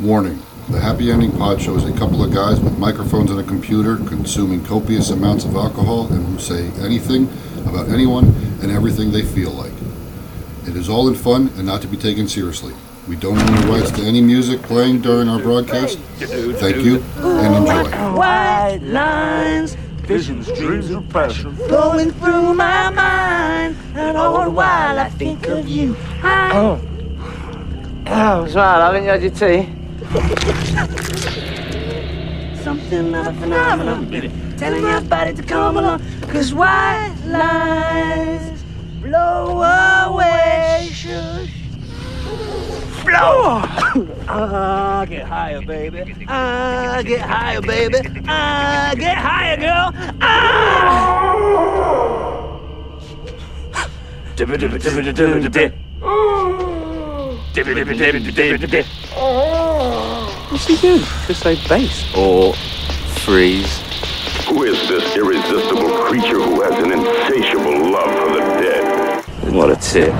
Warning, the Happy Ending Pod shows a couple of guys with microphones and a computer consuming copious amounts of alcohol and who say anything about anyone and everything they feel like. It is all in fun and not to be taken seriously. We don't own the rights to any music playing during our broadcast. Thank you and enjoy. White lines Visions, dreams, and passion. going through my mind, and all the while I think of you. I Oh. Ah, I'm sorry, I haven't got your tea. something of a phenomenon, telling your body to come along, cause white lines blow away. Shush. Blow! I Oh. Ah, get higher, baby. I get higher, baby. I get higher, girl. Ah! What's he do? Just say base or freeze. Who is this irresistible creature who has an insatiable love for the dead? What a tip.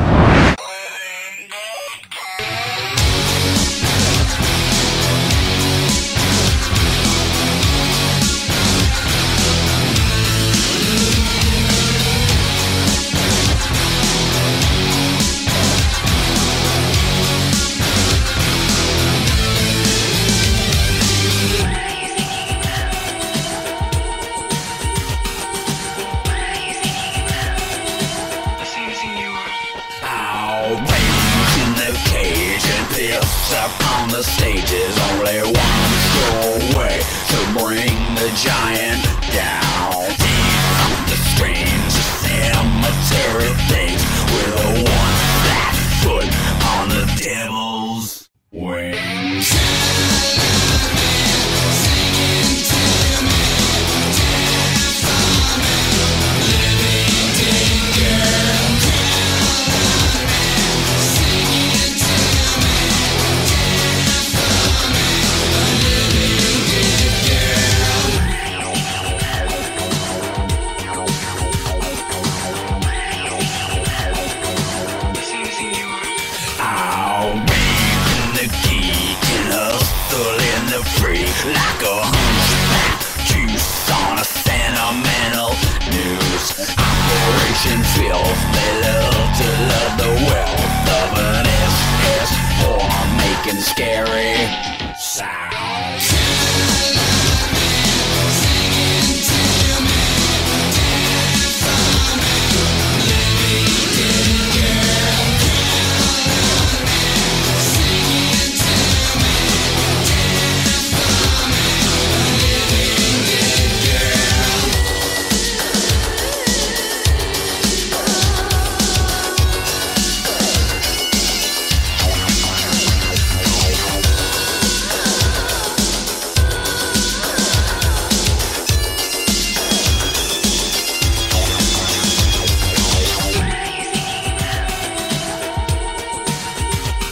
I'll bathe in the cage and piss up on the stage is only one sure way to bring the giant down. Deep on the strange cemetery things with a one flat foot on the devil's wings. I'll bathe in the geek and hustle in the free like a hunchback juice on a sentimental news. Operation Filth, they love to love the wealth of an SS for making scary sounds.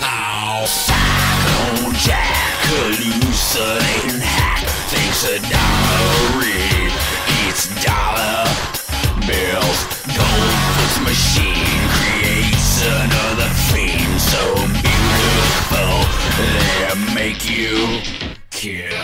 Now, Cyclone Jack, hallucinating hack, thinks a dollar read eats dollar bills. Goldfish machine creates another fiend so beautiful they make you kill.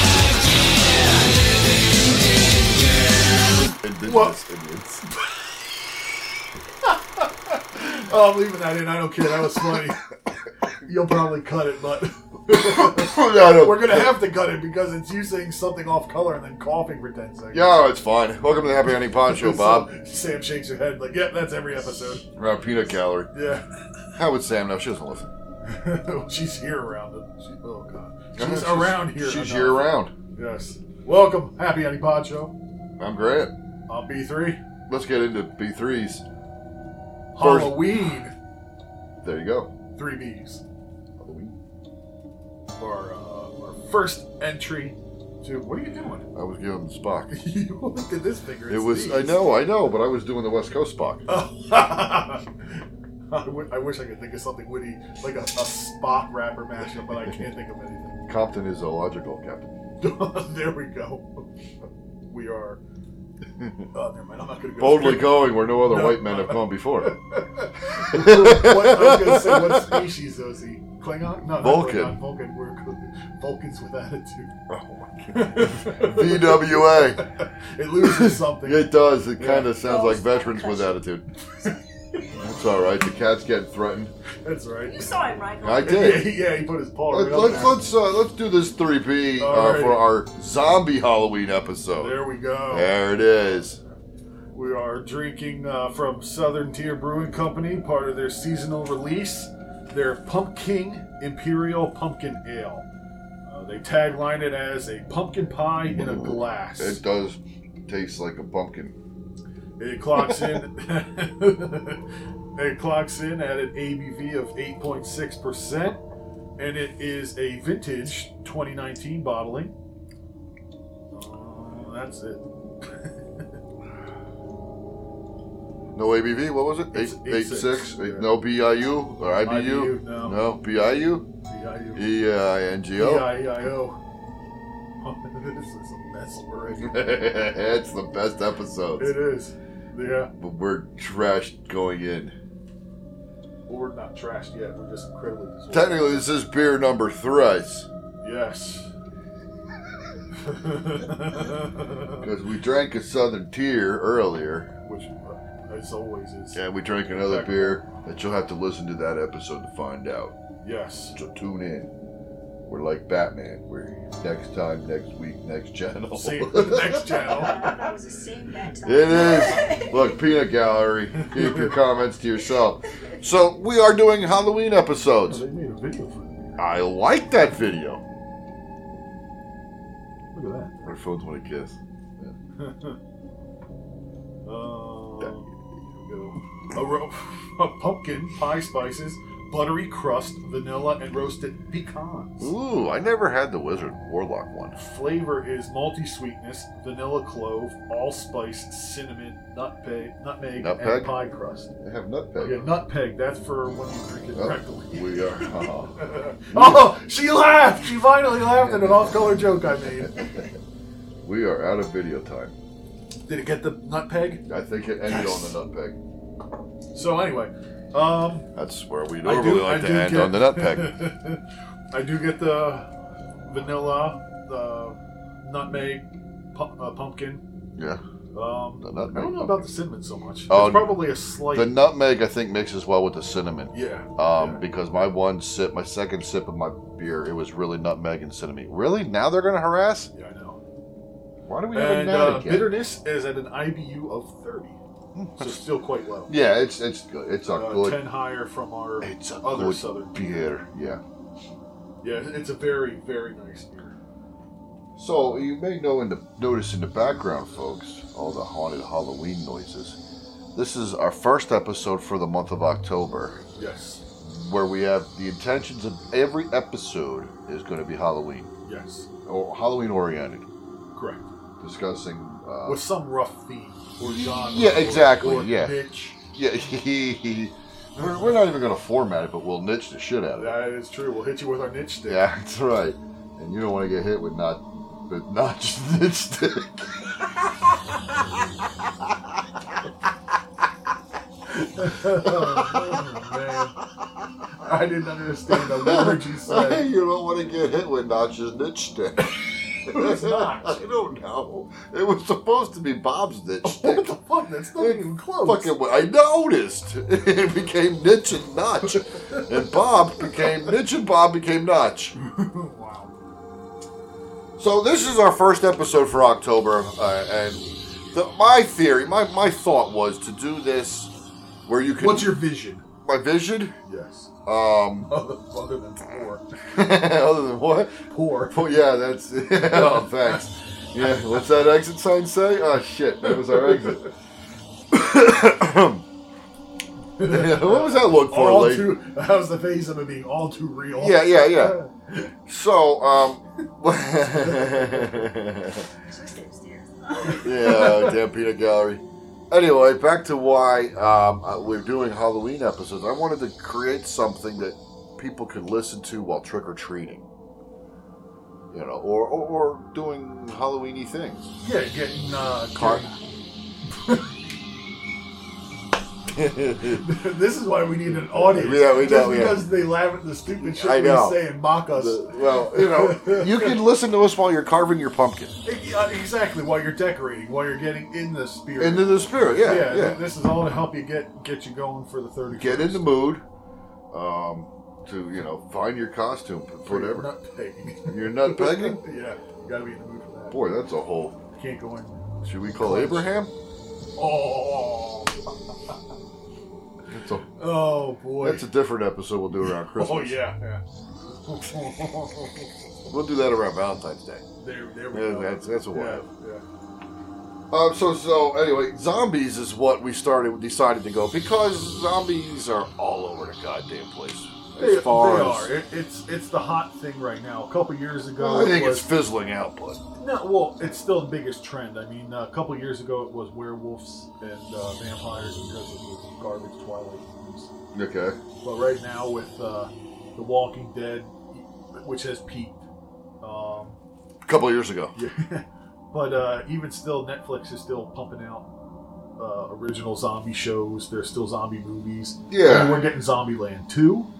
Oh, I'm leaving that in. I don't care. That was funny. You'll probably cut it, but no, no. we're gonna have to cut it because it's you saying something off color and then coughing for ten seconds. Yeah, it's fine. Welcome to the Happy Ending Pod Show, So, Bob. Sam shakes her head like, "Yeah, that's every episode." Around peanut gallery. Yeah, How would Sam know? She doesn't listen. she's here around. it. She, oh god, Yeah, she's around here. She's enough. year round. Yes. Welcome, Happy Annie Pod Show. I'm great. I'm B3. Let's get into B3s. First- Halloween. There you go. Three Bs. Halloween. Our, uh, our first entry to. What are you doing? I was giving Spock. you only did this finger. It it's was. I these. know. I know. But I was doing the West Coast Spock. Oh. I, w- I wish I could think of something witty, like a, a spot rapper mashup, but I can't think of anything. Compton is illogical, Captain. there we go. We are. Oh, never mind. I'm not going to go. Boldly going where no other No. white men have gone before. what, I was gonna say, what species is he? Klingon? No, not Vulcan. Klingon, Vulcan. We're good. Vulcans with attitude. Oh my God. VWA. It loses something. It does. It kind Yeah. of sounds like veterans with attitude. That's all right. The cat's getting threatened. That's right. You saw him, right? I Yeah, did. he, yeah, he put his paw right Let, up let's there. let's uh, let's do this three P All uh, right. for our zombie Halloween episode. There we go. There it is. We are drinking uh, from Southern Tier Brewing Company, part of their seasonal release, their Pumpkin Imperial Pumpkin Ale. Uh, they tagline it as a pumpkin pie in a glass. It does taste like a pumpkin. It clocks in. it clocks in at an ABV of 8.6 percent, and it is a vintage 2019 bottling. Uh, that's it. No ABV. What was it? It's Eight eight six. six. Yeah. Eight, no BIU or IBU. IBU, no. BIU. E-I-U. E I N G O. E-I-E-I-O. this is a mess already. It's the best It episodes. is. Yeah, But we're trashed going in. Well, we're not trashed yet. We're just incredibly disordered. Technically, this is beer number thrice. Yes. Because we drank a Southern Tier earlier, Which, uh, as always, is. and we drank another beer that you'll have to listen to that episode to find out. Yes. So tune in. We're like Batman. We're next time, next week, next channel. See you it on the next channel. That was a same bad time. is. Look, peanut gallery. Keep your comments to yourself. So we are doing Halloween episodes. They made a video for it. I like that video. Look at that. My phone's want to kiss. Uh, That- here we go. A, ro- a pumpkin, pie spices, buttery crust, vanilla, and roasted pecans. Ooh, I never had the Wizard Warlock one. Flavor is malty sweetness, vanilla clove, allspice, cinnamon, nutmeg, nutmeg, Nutpeg? and pie crust. I have nutpeg. Yeah, nutpeg. That's for when you drink it Oh, rectally. We are. oh, she laughed! She finally laughed at an off-color joke I made. we are out of video time. Did it get the nutpeg? I think it ended on the nutpeg. So anyway, um, That's where we I normally do- I like to do end get- on the nutpeg. I do get the vanilla, the nutmeg, pu- uh, pumpkin. yeah. Um, The I don't nutmeg know pumpkin. about the cinnamon so much. Oh, it's probably a slight. The nutmeg, I think, mixes well with the cinnamon. yeah. Um, yeah. Because my one sip, my second sip of my beer, it was really nutmeg and cinnamon. Really? Now they're going to harass? Yeah, I know. Why do we have And that uh, again? bitterness is at an IBU of 30, so still quite low. Hmm, Yeah, it's it's good. It's a Uh, good 10 higher from our it's a other good southern. beer. Yeah. Yeah, it's a very, very nice beer. So you may know in the notice in the background, folks, all the haunted Halloween noises. This is our first episode for the month of October. Yes, where we have the intentions of every episode is going to be Halloween yes, or Halloween oriented, correct. discussing. Uh, With some rough theme or genre. Yeah, or- exactly, Or yeah. niche. yeah, we're, we're not even going to format it, but we'll niche the shit out of it. That is true. We'll hit you with our niche stick. Yeah, that's right. And you don't want to get hit with not, with not just niche stick. Oh, man. I didn't understand the word you said. you don't want to get hit with Notch's niche stick. Who's Notch? I don't know. It was supposed to be Bob's niche stick. What the fuck? That's not even close. Fucking, I noticed. It became Nitch and Notch, and Bob became Nitch and Bob became Notch. wow. So this is our first episode for October, uh, and the, my theory, my my thought was to do this where you can. What's your vision? my vision? Yes. Um, Other, other than poor. other than what? Poor. Well, yeah, that's. oh, thanks. Yeah, what's that exit sign say? Oh shit, that was our exit. what was that look for, all Lee? too, that was the face of it being all too real. Yeah, yeah, yeah. So, um, yeah, damn peanut gallery. Anyway, back to why um, uh, we're doing Halloween episodes. I wanted to create something that people could listen to while trick or treating, you know, or, or or doing Halloweeny things. Yeah, getting uh, Car- this is why we need an audience. Yeah, we Just know, yeah. because they laugh at the stupid shit I know. we say and mock us. The- well, you know, you can listen to us while you're carving your pumpkin. Yeah, exactly. While you're decorating, while you're getting in the spirit. Into the spirit, yeah, yeah. th- This is all to help you get get you going for the thirty. Get in the mood um, to, you know, find your costume, whatever. Not pegging. You're not begging? yeah, you gotta be in the mood for that. Boy, that's a whole. You can't go in. Should we call Abraham? Oh, That's a, oh boy. that's a different episode we'll do around Christmas. oh yeah. yeah. We'll do that around Valentine's Day. There, there we Yeah, go. that's- that's a yeah, wild. yeah. Um, so, so anyway, zombies is what we started, decided to go because zombies are all over the goddamn place. As They, far they as, are. It, it's it's the hot thing right now. A couple years ago, I think it it's was, fizzling out, but no, well, it's still the biggest trend. I mean, uh, a couple years ago, it was werewolves and uh, vampires because of the garbage Twilight movies. okay. But right now, with uh, The Walking Dead, which has peaked, um, A couple years ago, yeah. but uh, even still, Netflix is still pumping out uh, original zombie shows. There's still zombie movies. Yeah. And we're getting Zombieland 2,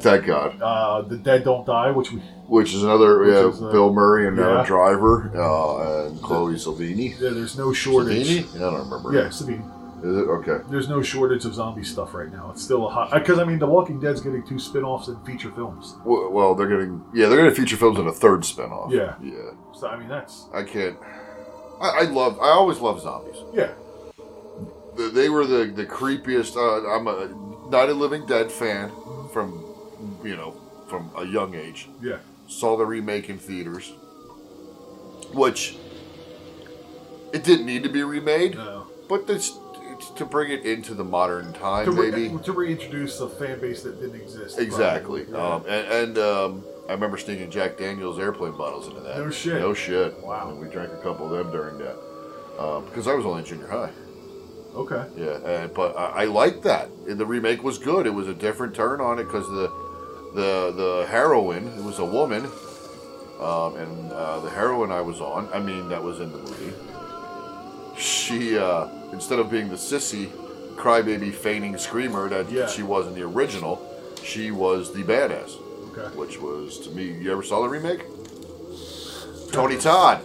thank God. uh, The Dead Don't Die, which we Which is another Which uh, is, uh, Bill Murray and yeah. uh, Driver uh, and Chloe Salvini. there, there's no shortage. Salvini? Yeah, I don't remember. Yeah, Sabine. Is it okay? There's no shortage of zombie stuff right now. It's still a hot because I mean, The Walking Dead's getting two spin-offs and feature films. Well, well, they're getting yeah, they're getting feature films and a third spinoff. Yeah. yeah. So I mean, that's I can't. I, I love. I always love zombies. yeah, The, they were the the creepiest. Uh, I'm a Night of Living Dead fan from you know from a young age. yeah. Saw the remake in theaters, which it didn't need to be remade, No. but this it's to bring it into the modern time, To, re- maybe. to reintroduce a fan base that didn't exist. Exactly. probably. Yeah. Um, and and um, I remember sneaking Jack Daniels airplane bottles into that. No shit. No shit. Wow. And we drank a couple of them during that. Um, because I was only in junior high. okay. Yeah. And, but I, I liked that. And the remake was good. It was a different turn on it because the, the, the heroine, it was a woman. Um, and uh, the heroine I was on, I mean, that was in the movie. She, uh, instead of being the sissy, crybaby, fainting screamer that Yeah. she was in the original, she was the badass Okay. which was to me. You ever saw the remake? Tony Todd.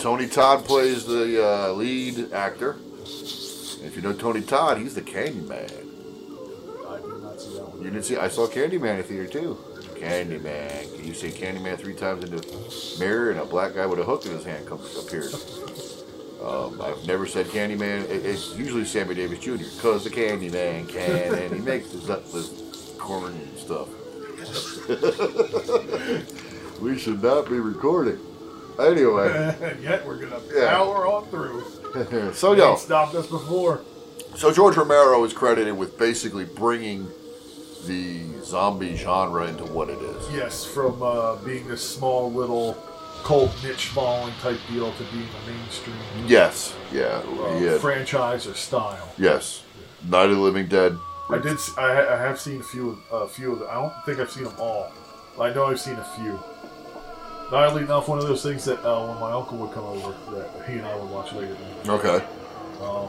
Tony Todd plays the uh, lead actor. And if you know Tony Todd, he's the Candyman. I did not see that one. You didn't see? I saw Candyman in theater too. Candyman. Can you say Candyman three times in the mirror, and a black guy with a hook in his hand comes appears. Um, I've never said Candyman. It, it's usually Sammy Davis Jr. because the Candyman can, and he makes his up with corn and stuff. we should not be recording. Anyway, and yet we're gonna Yeah. power on through. so They Oh, yo, stopped us before. so George Romero is credited with basically bringing the zombie genre into what it is. Yes, from uh, being this small little cult niche following type deal to being a mainstream Yes, yeah, uh, yeah, franchise or style. yes. Night of the Living Dead. I did. s- I, ha- I have seen a few. of- A few of them. I don't think I've seen them all. But I know I've seen a few. Oddly enough, one of those things that uh, when my uncle would come over, that he and I would watch later. Okay. Um,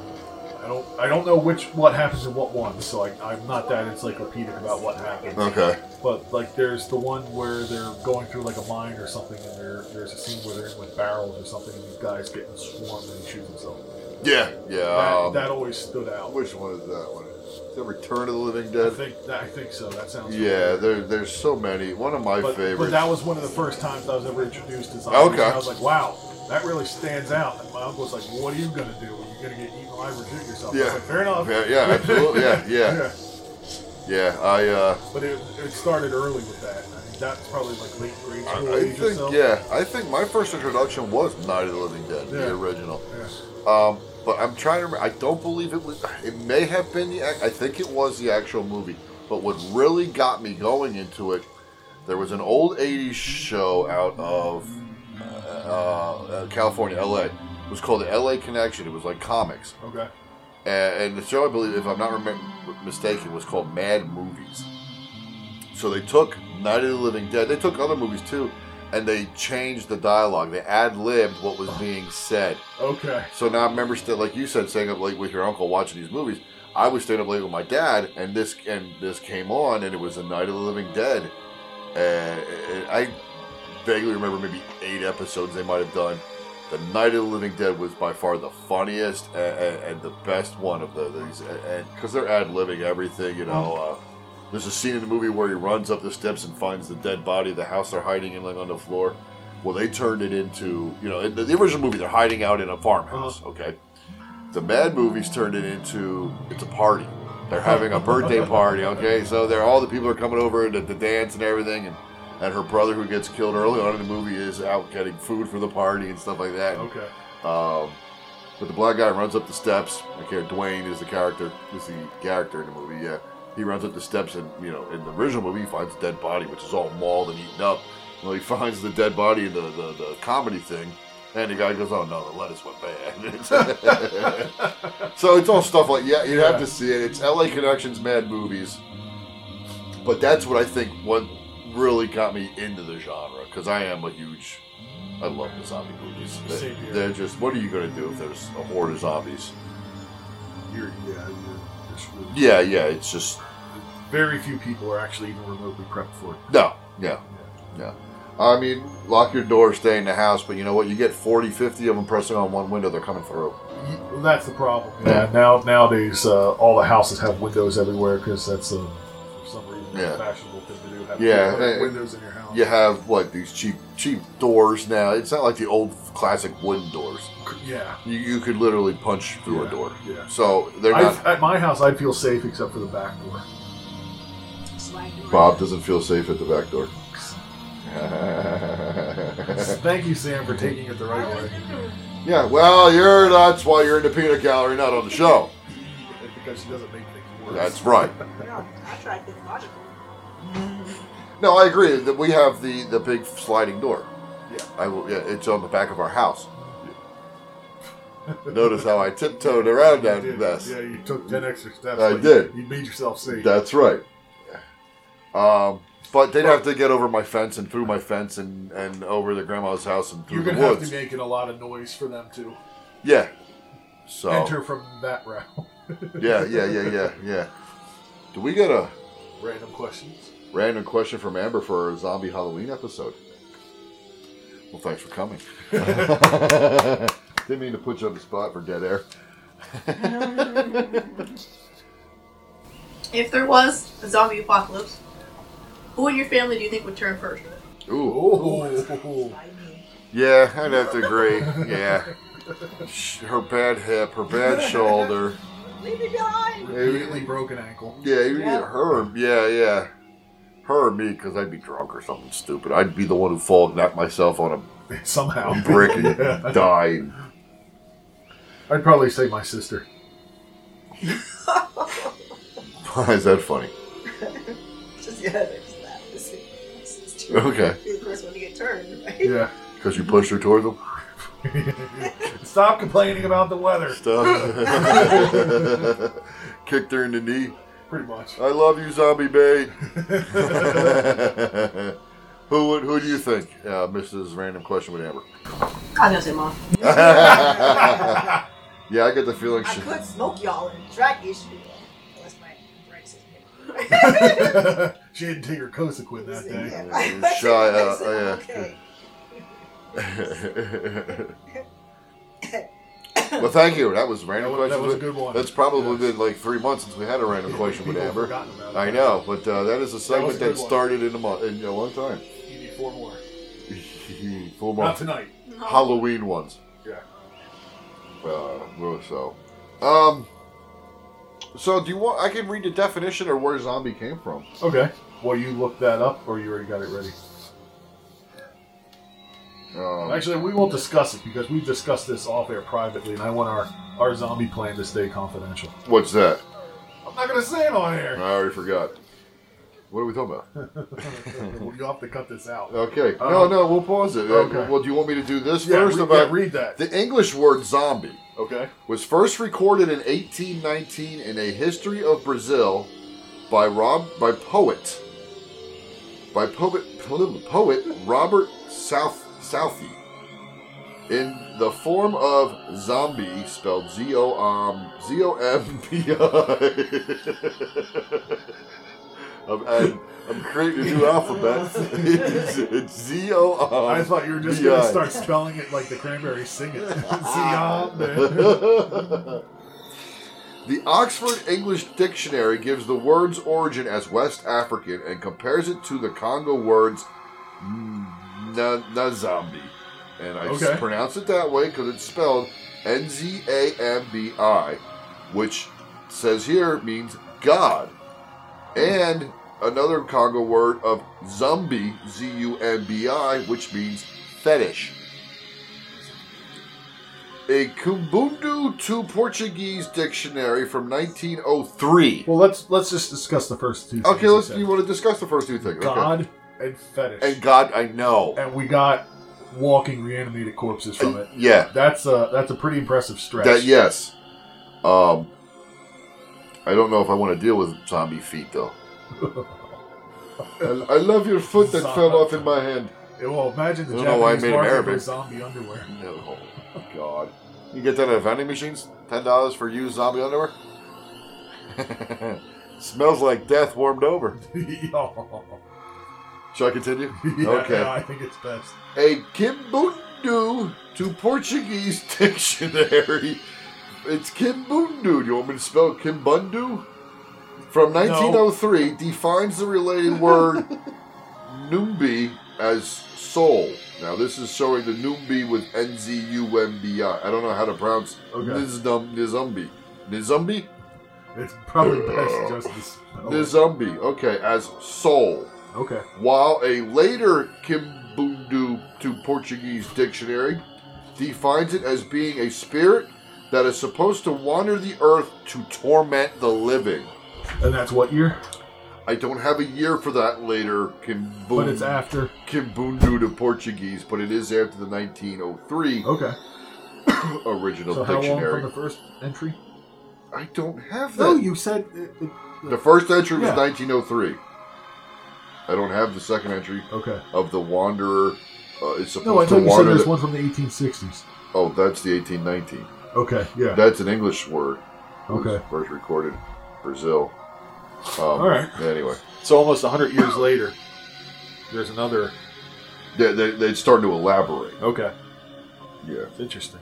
I don't. I don't know which what happens in what one, so I, I'm not that encyclopedic about what happens. Okay. But like, there's the one where they're going through like a mine or something, and there there's a scene where they're in with barrels or something, and these guys getting swarmed and he shoots himself. Yeah, yeah. That, um, that always stood out. Which one is that one? Is that Return of the Living I Dead? think I think so. That sounds Yeah, there, there's so many. One of my But, but favorites. that was one of the first times I was ever introduced to zombies. Okay. And I was like, wow, that really stands out. And my uncle was like, what are you gonna do? Are you gonna get eaten alive or shoot yourself? I was yeah. like, fair enough. Yeah, yeah, absolutely. Yeah, yeah. Yeah. yeah, Yeah, I uh, But it, it started early with that. I mean, that's probably like late grade I, school I age or think so. yeah, I think my first introduction was Night of the Living Dead, Yeah. the original. Yeah. Um, but I'm trying to. Remember, I don't believe it was. It may have been the. ac- I think it was the actual movie. But what really got me going into it, there was an old '80s show out of uh, uh, California, LA. It was called the LA Connection. It was like comics, Okay. and, and the show I believe, if I'm not remem mistaken, was called Mad Movies. So they took Night of the Living Dead. They took other movies too, and they changed the dialogue. They ad libbed what was being said. Okay. So now I remember, still, like you said, staying up late with your uncle watching these movies. I was staying up late with my dad, and this and this came on, and it was a Night of the Living Dead. And and Uh, I vaguely remember maybe eight episodes they might have done. The Night of the Living Dead was by far the funniest and, and, and the best one of the, these, and because they're ad libbing everything, you know. Uh, there's a scene in the movie where he runs up the steps and finds the dead body of the house they're hiding in, like on the floor. Well, they turned it into, you know, in the, the original movie, they're hiding out in a farmhouse, okay? The Mad movies turned it into, it's a party. They're having a birthday party, okay? So they're all the people are coming over to the dance and everything, and, and her brother who gets killed early on in the movie is out getting food for the party and stuff like that. Okay. Um, but the black guy runs up the steps. Okay, Dwayne is the character. Is the character in the movie? Yeah, he runs up the steps, and you know, in the original movie, he finds a dead body, which is all mauled and eaten up. Well, he finds the dead body in the, the, the comedy thing, and the guy goes, "Oh no, the lettuce went bad." so it's all stuff like yeah, you'd have to see it. It's L.A. Connections, Mad Movies, but that's what I think what really got me into the genre because I am a huge I love the zombie movies. Same here. They- They're just, what are you going to do if there's a horde of zombies? You're, yeah, you're, you're screwed. Yeah, yeah, it's just, Very few people are actually even remotely prepped for it. no, yeah, yeah. I mean, lock your door, stay in the house, but you know what? You get 40, 50 of them pressing on one window, they're coming through. Y- well, that's the problem. Yeah. Now nowadays, uh, all the houses have windows everywhere because that's a for some reason Yeah. a fashionable thing to do. Have Yeah, put eh, windows in your house. You have, what, these cheap, cheap doors now. It's not like the old classic wooden doors. Yeah. You, you could literally punch through Yeah, a door. yeah. So they're I, not. at my house, I'd feel safe except for the back door. Slide door. Bob doesn't feel safe at the back door. Thank you, Sam, for taking it the right I way. was in the room. yeah, well, you're that's why you're in the peanut gallery, not on the show. Because she doesn't make things worse. That's right. No, I tried to be logical. No, I agree that we have the the big sliding door. Yeah. I will, yeah, it's on the back of our house. Notice how I tiptoed around You that did. mess. Yeah, you took ten extra steps. I but did. You, you made yourself safe. That's right. Um, but they'd have to get over my fence and through my fence and, and over to grandma's house and You're through the gonna woods. have to be making a lot of noise for them to yeah. So enter from that route. yeah, yeah, yeah, yeah, yeah. Do we get a Random questions. random question from Amber for our zombie Halloween episode? Well, thanks for coming. Didn't mean to put you on the spot for dead air. If there was a zombie apocalypse, who in your family do you think would turn first? Ooh. Oh, Yeah, I'd have to agree. Yeah. Sh- Her bad hip, her bad shoulder. Leave me behind! immediately broken ankle. Yeah, you either her. or- Yeah, yeah. Her or me, because I'd be drunk or something stupid. I'd be the one who fall and knock myself on Somehow, a brick and die. I'd probably say my sister. Why is that funny? Just, yeah, they're just that. This is- this is too- Okay. Be the first one to get turned, right? Yeah. Because you pushed her towards him? Stop complaining about the weather. Stuff. Kicked her in the knee. Pretty much. I love you, zombie babe. who would? Who do you think? Uh, Mrs. Random Question with Amber. I know, say mom. Yeah, I get the feeling I she. could smoke y'all and track issue. Unless my Rex is she didn't take her Cosequin that day. Yeah. Shy, uh, I said, yeah. Okay. well, thank you. That was random That was- question. that was a with- good one. That's probably Yes. been like three months since we had a random question with People have Amber. forgotten about it. I know, but uh, that is a segment good that, one. started in a month, in a long time. You need four more. Full Not month. tonight. Halloween ones. Yeah. Uh, well, so, um, So do you want? I can read the definition or where zombie came from. Okay. Well, you looked that up, or you already got it ready. Um, Actually, we won't discuss it because we've discussed this off air privately, and I want our, our zombie plan to stay confidential. what's that? I'm not going to say it on air. I already forgot. What are we talking about? You'll have to cut this out. Okay. Uh, no, no, we'll pause it. Uh, okay. Well, do you want me to do this Yeah, first? re- yeah, about read that. The English word zombie Okay. was first recorded in 1819 in a history of Brazil by Rob by poet by poet poet Robert South Southey in the form of zombie spelled Z O um Z O M B I. I'm, I'm, I'm creating a new alphabet. It's, it's Z O um, M. I thought you were just going to B I. start spelling it like the Cranberries ah, sing it. Zombie. the Oxford English Dictionary gives the word's origin as West African and compares it to the Congo words na, na zombie. And I Okay. just pronounce it that way because it's spelled N Z A M B I, which says here means God. And another Congo word of zombie, Z U M B I, which means fetish. A Kumbundu to Portuguese dictionary from 1903. well, let's let's just discuss the first two. things Okay, you let's. said. You want to discuss the first two things? God and fetish. Okay. And God, I know. and we got walking reanimated corpses from it. Yeah. That's a that's a pretty impressive stretch. That yes. Um. I don't know if I want to deal with zombie feet though. I, I love your foot that fell off in my hand. Yeah, Well, imagine the I don't know why I Japanese made him market Arabic. for zombie underwear. No, Oh, God. You get that at vending machines? Ten dollars for used zombie underwear. Smells like death warmed over. yeah, Shall I continue? okay. I think it's best. a kimbundu to Portuguese dictionary. It's kimbundu. Do you want me to spell kimbundu? From 1903, defines the related word numbi as soul. Now, this is showing the numbi with N Z U M B I. I don't know how to pronounce Okay. nizdum, nizumbi. Nizumbi? It's probably best just to spell it. Nizumbi. Okay, as soul. Okay. While a later Kimbundu to Portuguese dictionary defines it as being a spirit that is supposed to wander the earth to torment the living. And that's what year? I don't have a year for that later Kimbundu, But it's after. Kimbundu to Portuguese, but it is after the 1903 Okay. original Oh. So how long dictionary. from the first entry? I don't have that. No, you said. It, it, the first entry was Yeah. 1903. I don't have the second entry okay. of the wanderer uh, is supposed No, I to thought you said wander there's the- one from the 1860s. Oh, that's the 1819. Okay. Yeah. That's an English word. It was Okay. First recorded Brazil. Um, All right. Anyway, So almost 100 years later, there's another. they, they, they'd start to elaborate. Okay. Yeah. It's interesting.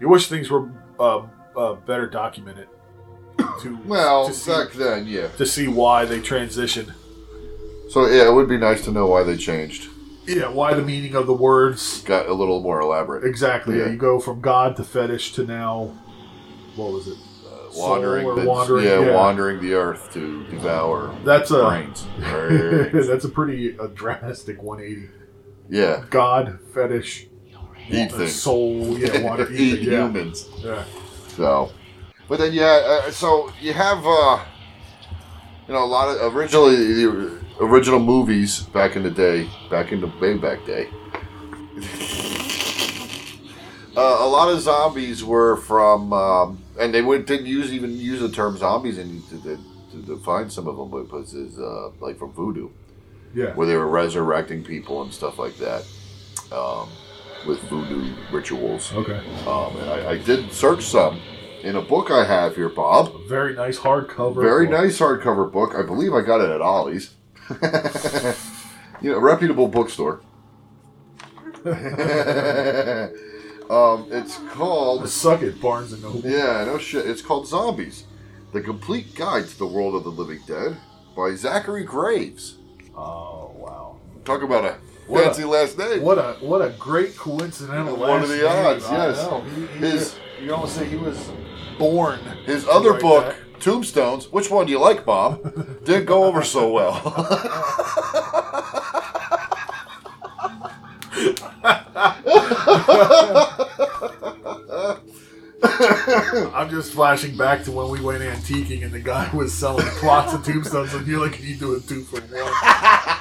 You wish things were uh, uh, better documented. To, Well, to see, back then, yeah. to see why they transitioned. So, yeah, it would be nice to know why they changed. Yeah, why the meaning of the words. Got a little more elaborate. Exactly. Yeah. Yeah. you go from God to fetish to now. What was it? Uh, Wandering, Soul or the, wandering, yeah, yeah. wandering the earth to devour That's uh, a- brains. Brains. That's a pretty uh drastic 180. yeah, God, fetish, uh, eat things, soul, yeah, water, eat ether, yeah. humans. yeah. So, but then yeah, uh, so you have uh, you know a lot of originally the original movies back in the day, back in the way back day. uh, a lot of zombies were from, um, and they would, didn't use even use the term zombies and to, to, to define some of them, but it was uh, like from voodoo Yeah. where they were resurrecting people and stuff like that um, with voodoo rituals. Okay. Um, and I, I did search some in a book I have here, Bob. Very nice hardcover. Very book. nice hardcover book. I believe I got it at Ollie's. you know, reputable bookstore. um, it's called Suck it, Barnes and Noble. yeah, no shit. It's called Zombies: The Complete Guide to the World of the Living Dead by Zachary Graves. Oh wow! Talk about a What a- fancy last name. What a what a great coincidental. One last of the name. odds, I yes. know. He- he- His- you almost say he was born. His to other write book, that. Tombstones, which one do you like, Bob? Didn't go over so well. I'm just flashing back to when we went antiquing and the guy was selling plots of tombstones and you're like, "Can you do a two for one?"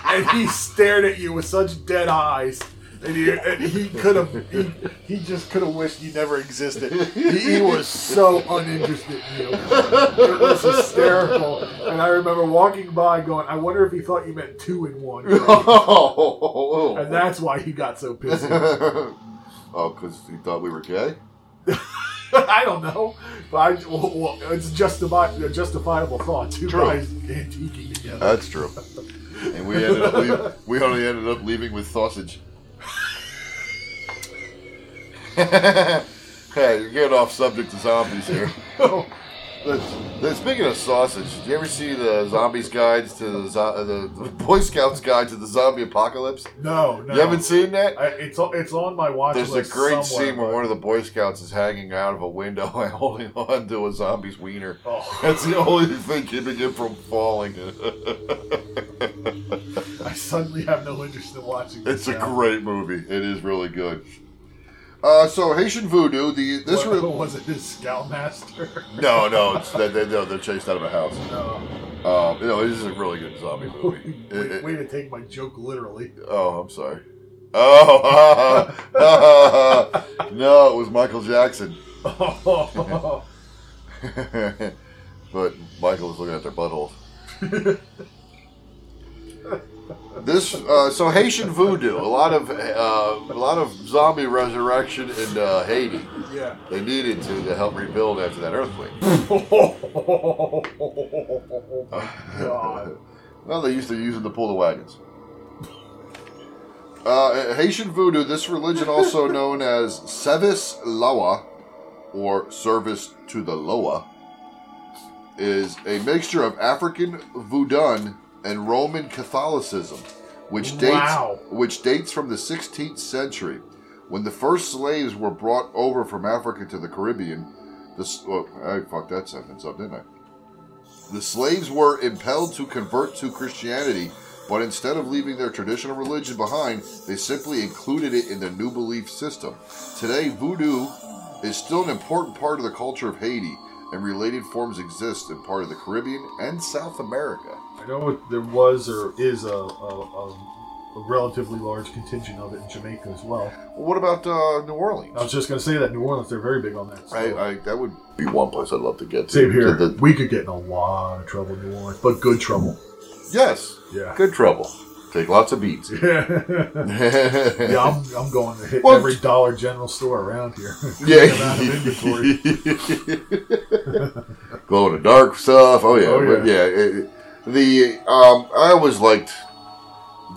And he stared at you with such dead eyes. And he, and he could have, he, he just could have wished you never existed. He, he was so uninterested in you. It was hysterical. And I remember walking by going, I wonder if he thought you meant two in one. And that's why he got so pissed. oh, because he thought we were gay? I don't know, but I, well, well, it's justifi- a justifiable thought. Two True. guys antiquing together. That's true. And we ended up leav- we only ended up leaving with sausage. hey, you're getting off subject to zombies here. Let's- let's- Speaking of sausage, did you ever see the Zombies Guides to the, zo- the the Boy Scouts Guide to the Zombie Apocalypse? No, no. You haven't seen that? I, it's o- it's on my watch There's a list great somewhere, scene where but- one of the Boy Scouts is hanging out of a window and holding on to a zombie's wiener. Oh. That's the only thing keeping him from falling. I suddenly have no interest in watching. It's this a now. great movie. It is really good. Uh, so Haitian Voodoo, the this What- re- was it his scoutmaster? no no it's that they, no, they're chased out of a house. No. Um, you know, this is a really good zombie movie. It- Way, way it- to take my joke literally. oh, I'm sorry. Oh no, it was Michael Jackson. Oh, but Michael was looking at their buttholes. this uh, so Haitian voodoo, a lot of uh, a lot of zombie resurrection in uh, Haiti. yeah. They needed to to help rebuild after that earthquake. oh my God. Well, they used to use it to pull the wagons. Uh, Haitian voodoo, this religion also known as Sevis Lawa, or service to the Loa, is a mixture of African voodoo and Roman Catholicism, which dates Wow. which dates from the 16th century, when the first slaves were brought over from Africa to the Caribbean. This, well, I fucked that sentence up, didn't I? The slaves were impelled to convert to Christianity, but instead of leaving their traditional religion behind, they simply included it in their new belief system. Today, voodoo is still an important part of the culture of Haiti, and related forms exist in part of the Caribbean and South America. I know it- there was or is a, a, a, a relatively large contingent of it in Jamaica as well. Well, what about uh, New Orleans? I was just gonna say that New Orleans, they're very big on that. so- I, I, that would be one place I'd love to get to. Same here. To the- we could get in a lot of trouble in New Orleans, but good trouble. yes. Yeah. Good trouble. Take lots of beats. yeah, yeah. I'm, I'm going to hit Well, every Dollar General store around here. Run out of inventory. Glow in the dark stuff. Oh yeah, Oh, But, yeah. yeah. it- it- the um, I always liked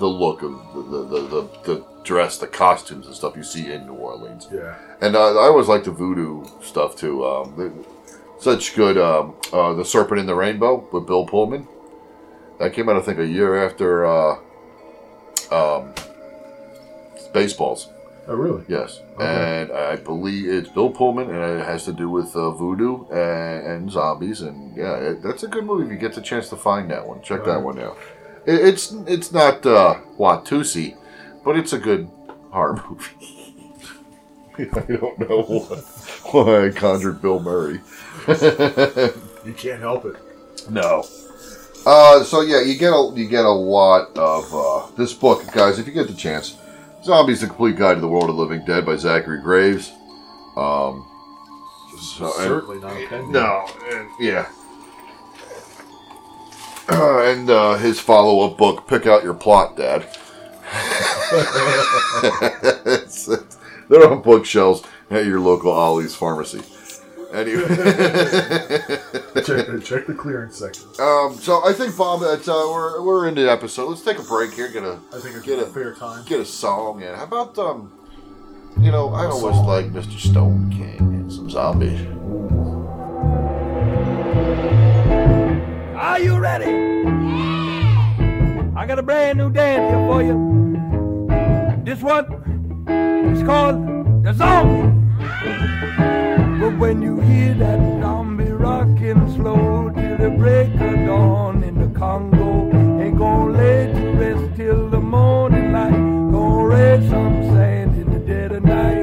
the look of the the, the, the the dress, the costumes and stuff you see in New Orleans, Yeah. and uh, I always liked the voodoo stuff too. Um, the- such good um, uh, the Serpent in the Rainbow with Bill Pullman. That came out, I think, a year after uh, um, Spaceballs. Oh, really? Yes, Okay. and I believe it's Bill Pullman, and it has to do with uh, voodoo and, and zombies, and yeah, it, that's a good movie. If you get the chance to find that one, check that one out. It, it's it's not uh, Watusi, but it's a good horror movie. I don't know why, why I conjured Bill Murray. You can't help it. No. Uh, so yeah, you get a you get a lot of uh, this book, guys. If you get the chance, "Zombies: The Complete Guide to the World of the Living Dead" by Zachary Graves. Um, so, and- Certainly not opinion. Uh, no, and, yeah. and uh, his follow up book, "Pick Out Your Plot, Dad." It's- it's- they're on bookshelves at your local Ollie's Pharmacy. Check, Anyway. the- check the clearance section. Um, so I think Bob, that's, uh, we're we're into the episode. Let's take a break here. Get a I think it's Get a it. fair time. get a song in. How about um, you know, I A always song. like Mr. Stone King and some zombies. Are you ready? I got a brand new dance here for you. This one is called the zombie. Well, when you hear that zombie rocking slow till the break of dawn in the Congo. Ain't gonna let you rest till the morning light. Gonna raise some sand in the dead of night.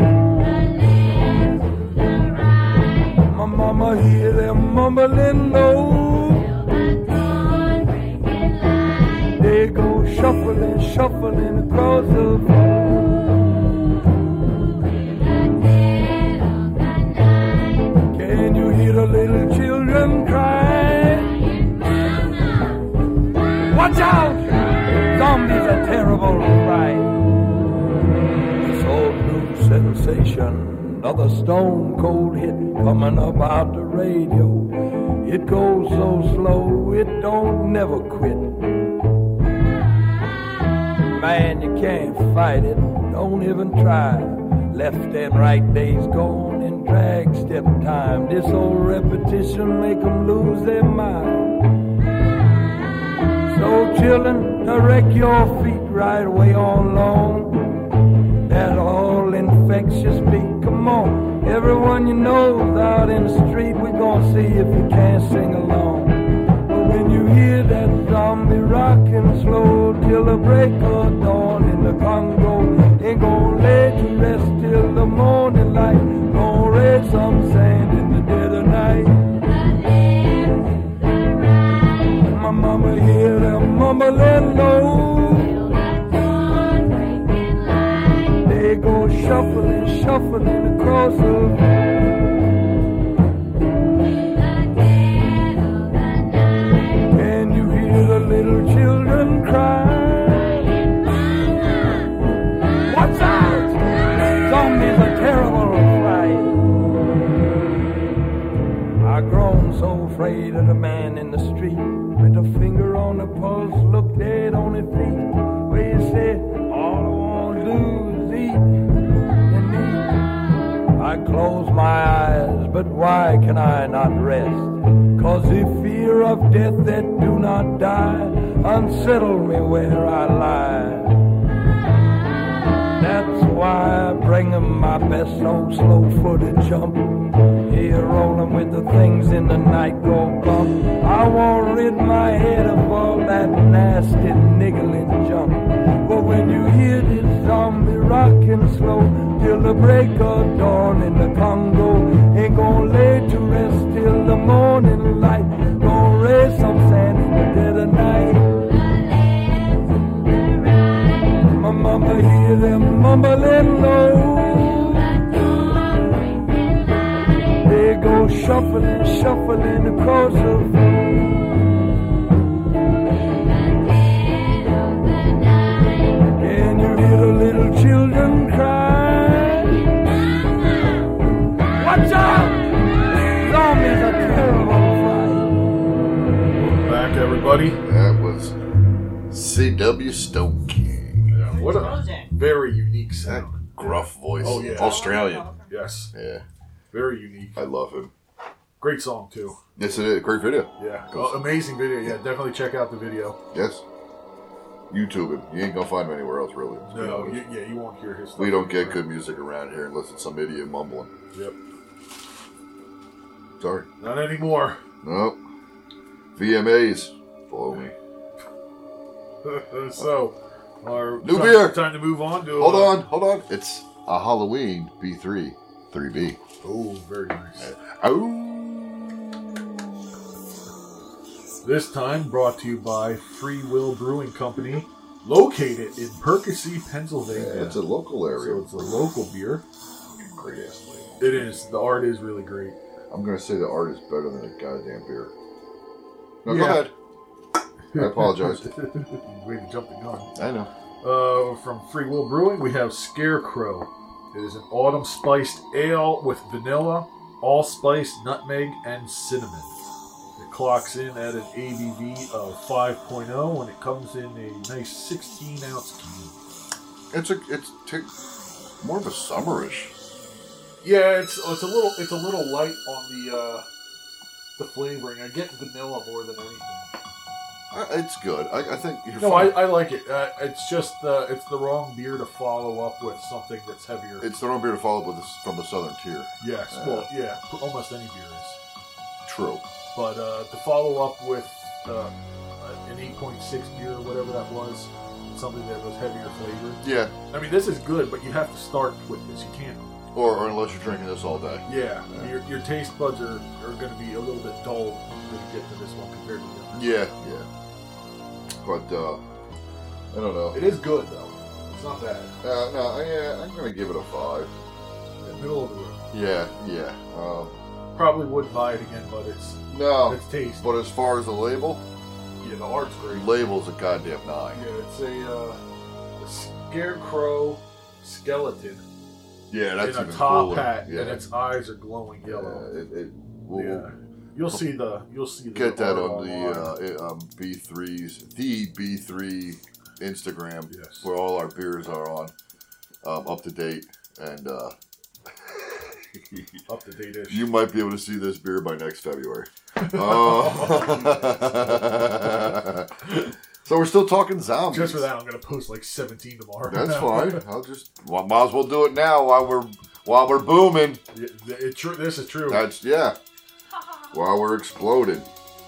My mama hear them mumbling low. They go shuffling, shuffling across the floor. Can you hear the little children cry? Watch out! Zombies are terrible, right? This old new sensation, another stone cold hit coming up out the radio. It goes so slow, it don't never quit. Man, you can't fight it, don't even try. Left and right days gone in drag step time. This old repetition make 'em lose their mind. So children, direct your feet right away on long. That all infectious beat, come on. Everyone you know's out in the street, we gonna see if you can't sing along. But when you hear that zombie rockin' slow till the break of dawn in the Congo, ain't gonna let you rest till the morning light. Gonna raise some sand in the dead of night. My mama hear them mumbling low. They go shuffling, shuffling across the Can you hear the little children cry? What's out? Zombies are terrible, right? I grown so afraid of the man in the street with a finger on the pulse, look dead on his feet. Where he said, all I wanna do is eat and eat. I close my eyes, but why can I not rest? Cause the fear of death that do not die unsettle me where I lie. That's why I bring 'em my best old slow footed jump. Here rolling with the things in the night go bump. I won't rid my head of all that nasty niggling junk. But when you hear this zombie rocking slow till the break of dawn in the Congo, ain't gonna lay to rest till the morning light. Gonna raise some sand in the dead of night. My mama hear them mumbling low. They go shuffling, shuffling across the floor. Can you hear the little children cry? Watch out! Zombies are terrible. Back, everybody. That was C.W. Stone King. What a very unique sound. Gruff voice. Oh, yeah. Australian. Yes, Yeah. very unique. I love him. Great song too. Yes, it is. Great video. Yeah, Oh, amazing video. Yeah, definitely check out the video. Yes. YouTube him. You ain't gonna find him anywhere else, really. Let's be No, honest. you, yeah, you won't hear his. Stuff we don't get anywhere. good music around here unless it's some idiot mumbling. Yep, Sorry. not anymore. Nope. VMAs. Blow me. so, our New time, beer. Time to move on to. Hold uh, on, hold on. It's a Halloween B3. 3B. Oh, very nice. Oh. This time brought to you by Free Will Brewing Company, located in Percy, Pennsylvania. It's a local so area. it's a local beer. Great ass label. It is. The art is really great. I'm gonna say the art is better than the goddamn beer. No, go Yeah. ahead. I apologize. Way to jump the gun. I know. Uh, from Free Will Brewing, we have Scarecrow. It is an autumn spiced ale with vanilla, allspice, nutmeg, and cinnamon. It clocks in at an ABV of 5.0 and it comes in a nice 16 ounce can. It's a it's t- more of a summerish. Yeah, it's oh, it's a little it's a little light on the uh, the flavoring. I get vanilla more than anything. I, it's good. I, I think you're No, I, fine. I like it. Uh, it's just the it's the wrong beer to follow up with something that's heavier. it's the wrong beer to follow up with this from a southern tier. yes, Uh, well, yeah, p- almost any beer is. true. But uh, to follow up with uh, an 8.6 beer or whatever that was, something that was heavier flavored. Yeah. I mean, this is good, but you have to start with this. You can't. Or, or unless you're drinking this all day. Yeah, Your, your taste buds are, are going to be a little bit dull when you get to this one compared to the other. Yeah, yeah. But uh, I don't know. It is good though. It's not bad. Uh, no, I, yeah, I'm gonna give it a five. Middle of the road. Yeah, yeah. Um, Probably would buy it again, but it's no, It's taste. but as far as the label, yeah, the art's great. label's a goddamn nine. Yeah, it's a, uh, a scarecrow skeleton Yeah, that's in a even top cooler. hat, Yeah. and its eyes are glowing Uh, yellow. it, it, we'll, Yeah. You'll see the you'll see the we'll get art that on the online. uh, it- um, B3's the B3 Instagram, Yes. where all our beers are on, um, up to date, and uh, up to date ish. you might be able to see this beer by next February. Uh, so we're still talking zombies. Just for that, I'm gonna post like 17 tomorrow. That's fine. I'll just well, might as well do it now while we're while we're booming. It, it tru- this is true. That's yeah. While we're exploding,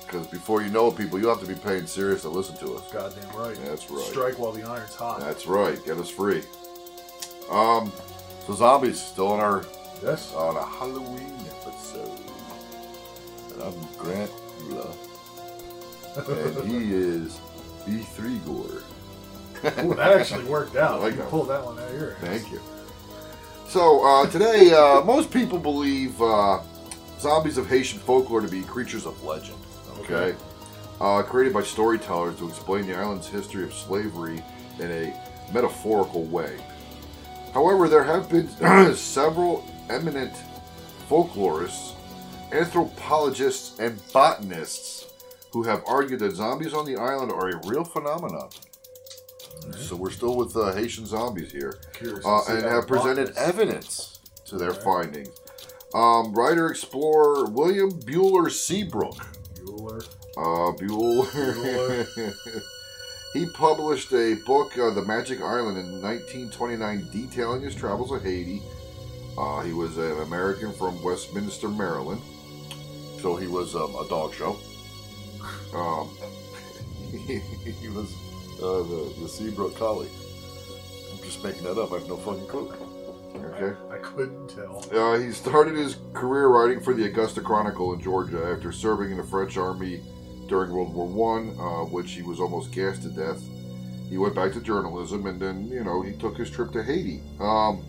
because before you know it, people, you will have to be paying serious to listen to us. Goddamn right. That's right. Strike while the iron's hot. That's right. Get us free. Um, so zombies still on our yes. on a Halloween episode, and I'm Grant Ula, and he is B3 Gore. Ooh, that actually worked out. I like you that. pulled that one out of your ass. Thank you. So uh, today, uh, most people believe uh, zombies of Haitian folklore to be creatures of legend. Okay, Okay. Uh, created by storytellers to explain the island's history of slavery in a metaphorical way. However, there have been several eminent folklorists, anthropologists, and botanists who have argued that zombies on the island are a real phenomenon. So we're still with uh, Haitian zombies here, Curious to uh, see and how have presented botanist- evidence to their findings. Um, writer explorer William Bueller Seabrook, Bueller. uh, Bueller, he published a book, uh, The Magic Island, in 1929, detailing his travels to Haiti. Uh, he was an American from Westminster, Maryland, so he was um, a dog show. Um, he was uh, the, the Seabrook collie. I'm just making that up. I have no fucking clue. Okay. I couldn't tell. Uh, he started his career writing for the Augusta Chronicle in Georgia after serving in the French Army during World War One, uh, which he was almost gassed to death. He went back to journalism, and then you know he took his trip to Haiti. Um,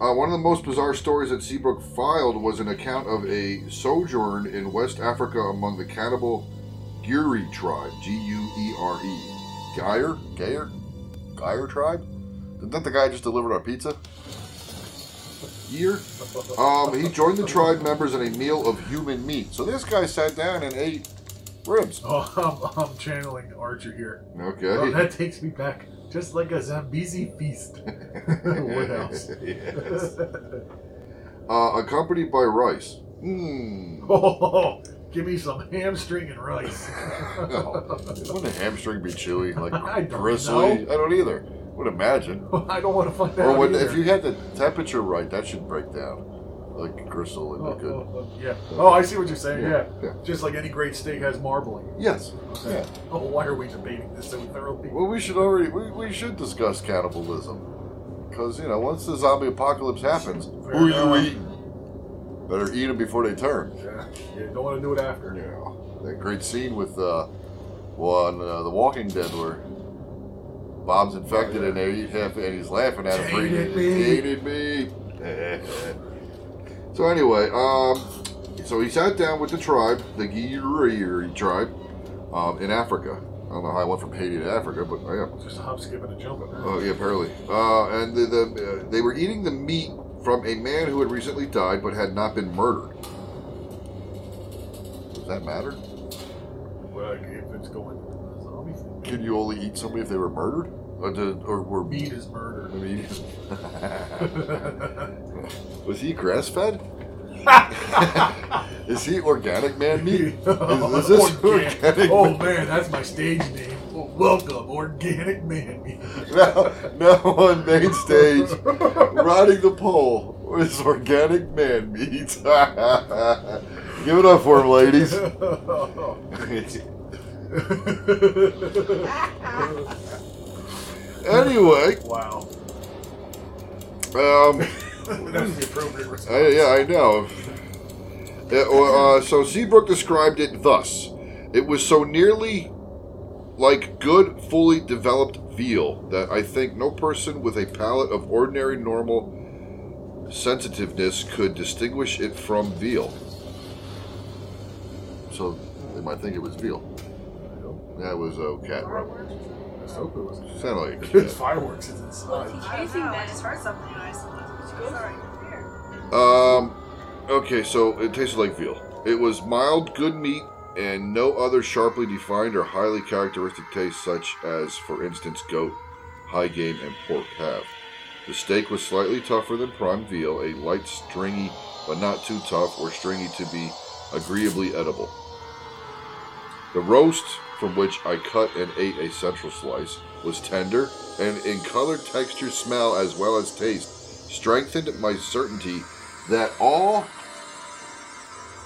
uh, one of the most bizarre stories that Seabrook filed was an account of a sojourn in West Africa among the cannibal Guri tribe, G-U-E-R-E, E. Geyer, Geyer, Geyer tribe. Isn't that the guy who just delivered our pizza? year. Um, he joined the tribe members in a meal of human meat. So this guy sat down and ate ribs. Oh, I'm, I'm channeling Archer here. Oh, Okay. that takes me back. Just like a Zambezi feast. what else? Yes. Uh, accompanied by rice. Mmm. oh, give me some hamstring and rice. Wouldn't a hamstring be chewy, like I don't bristly? I don't either. Would imagine. I don't want to find out. Or would, either. if you had the temperature right, that should break down, like gristle and Oh, look good. oh, oh, yeah. Oh, I see what you're saying. Yeah, Yeah. yeah. Just like any great steak has marbling. Yes. Yeah. Oh, why are we debating this so thoroughly? Well, we should already we, we should discuss cannibalism, because you know once the zombie apocalypse happens, who you enough. eat? Better eat them before they turn. Yeah. You don't want to do it after. Yeah, that great scene with uh, one uh, The Walking Dead where Bob's infected and they eat half, and he's laughing at him. for They eating- ate me. They Hated me. so anyway, um, so he sat down with the tribe, the Giri tribe, um, in Africa. I don't know how I went from Haiti to Africa, but I am. Just a hop, skip, and a jump. Oh yeah, apparently. Uh, and the, the, uh, they were eating the meat from a man who had recently died but had not been murdered. Does that matter? Well, if it's going zombie thing. Can you only eat somebody if they were murdered, or did, or were Meat is murder. I mean, was he grass fed? Is he organic man meat? Is, is this organic? Oh man- man, that's my stage name. Well, welcome, organic man. meat. Now, now on main stage, riding the pole is organic man meat. Give it up for him, ladies. anyway, wow. Um, That was the appropriate response. I, yeah, I know. Yeah, well, uh, so Seabrook described it thus: It was so nearly like good, fully developed veal that I think no person with a palate of ordinary, normal sensitiveness could distinguish it from veal. So they might think it was veal. That was a cat. Let's hope it wasn't. Sounded like a cat. It's fireworks. It's inside. Chasing that. I just heard something and I Sorry. Um, okay, so it tasted like veal. It was mild, good meat, and no other sharply defined or highly characteristic tastes, such as, for instance, goat, high game, and pork have. The steak was slightly tougher than prime veal, a light, stringy, but not too tough or stringy to be agreeably edible. The roast, from which I cut and ate a central slice, was tender and in color, texture, smell, as well as taste, strengthened my certainty that all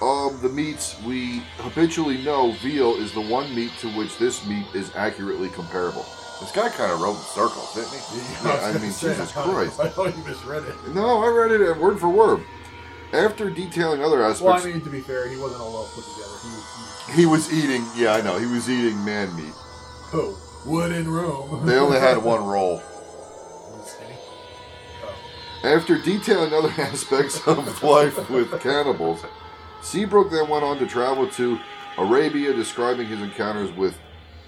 of the meats we habitually know, veal is the one meat to which this meat is accurately comparable. This guy kind of rode in circles, didn't he? I mean, Jesus Christ. I thought you misread it. No, I read it word for word. After detailing other aspects, Well, I mean, to be fair, he wasn't all well put together. He was. He, he was eating. Yeah, I know. He was eating man meat. oh, what in Rome? They only had one roll. Was any- After detailing other aspects of life with cannibals, Seabrook then went on to travel to Arabia, describing his encounters with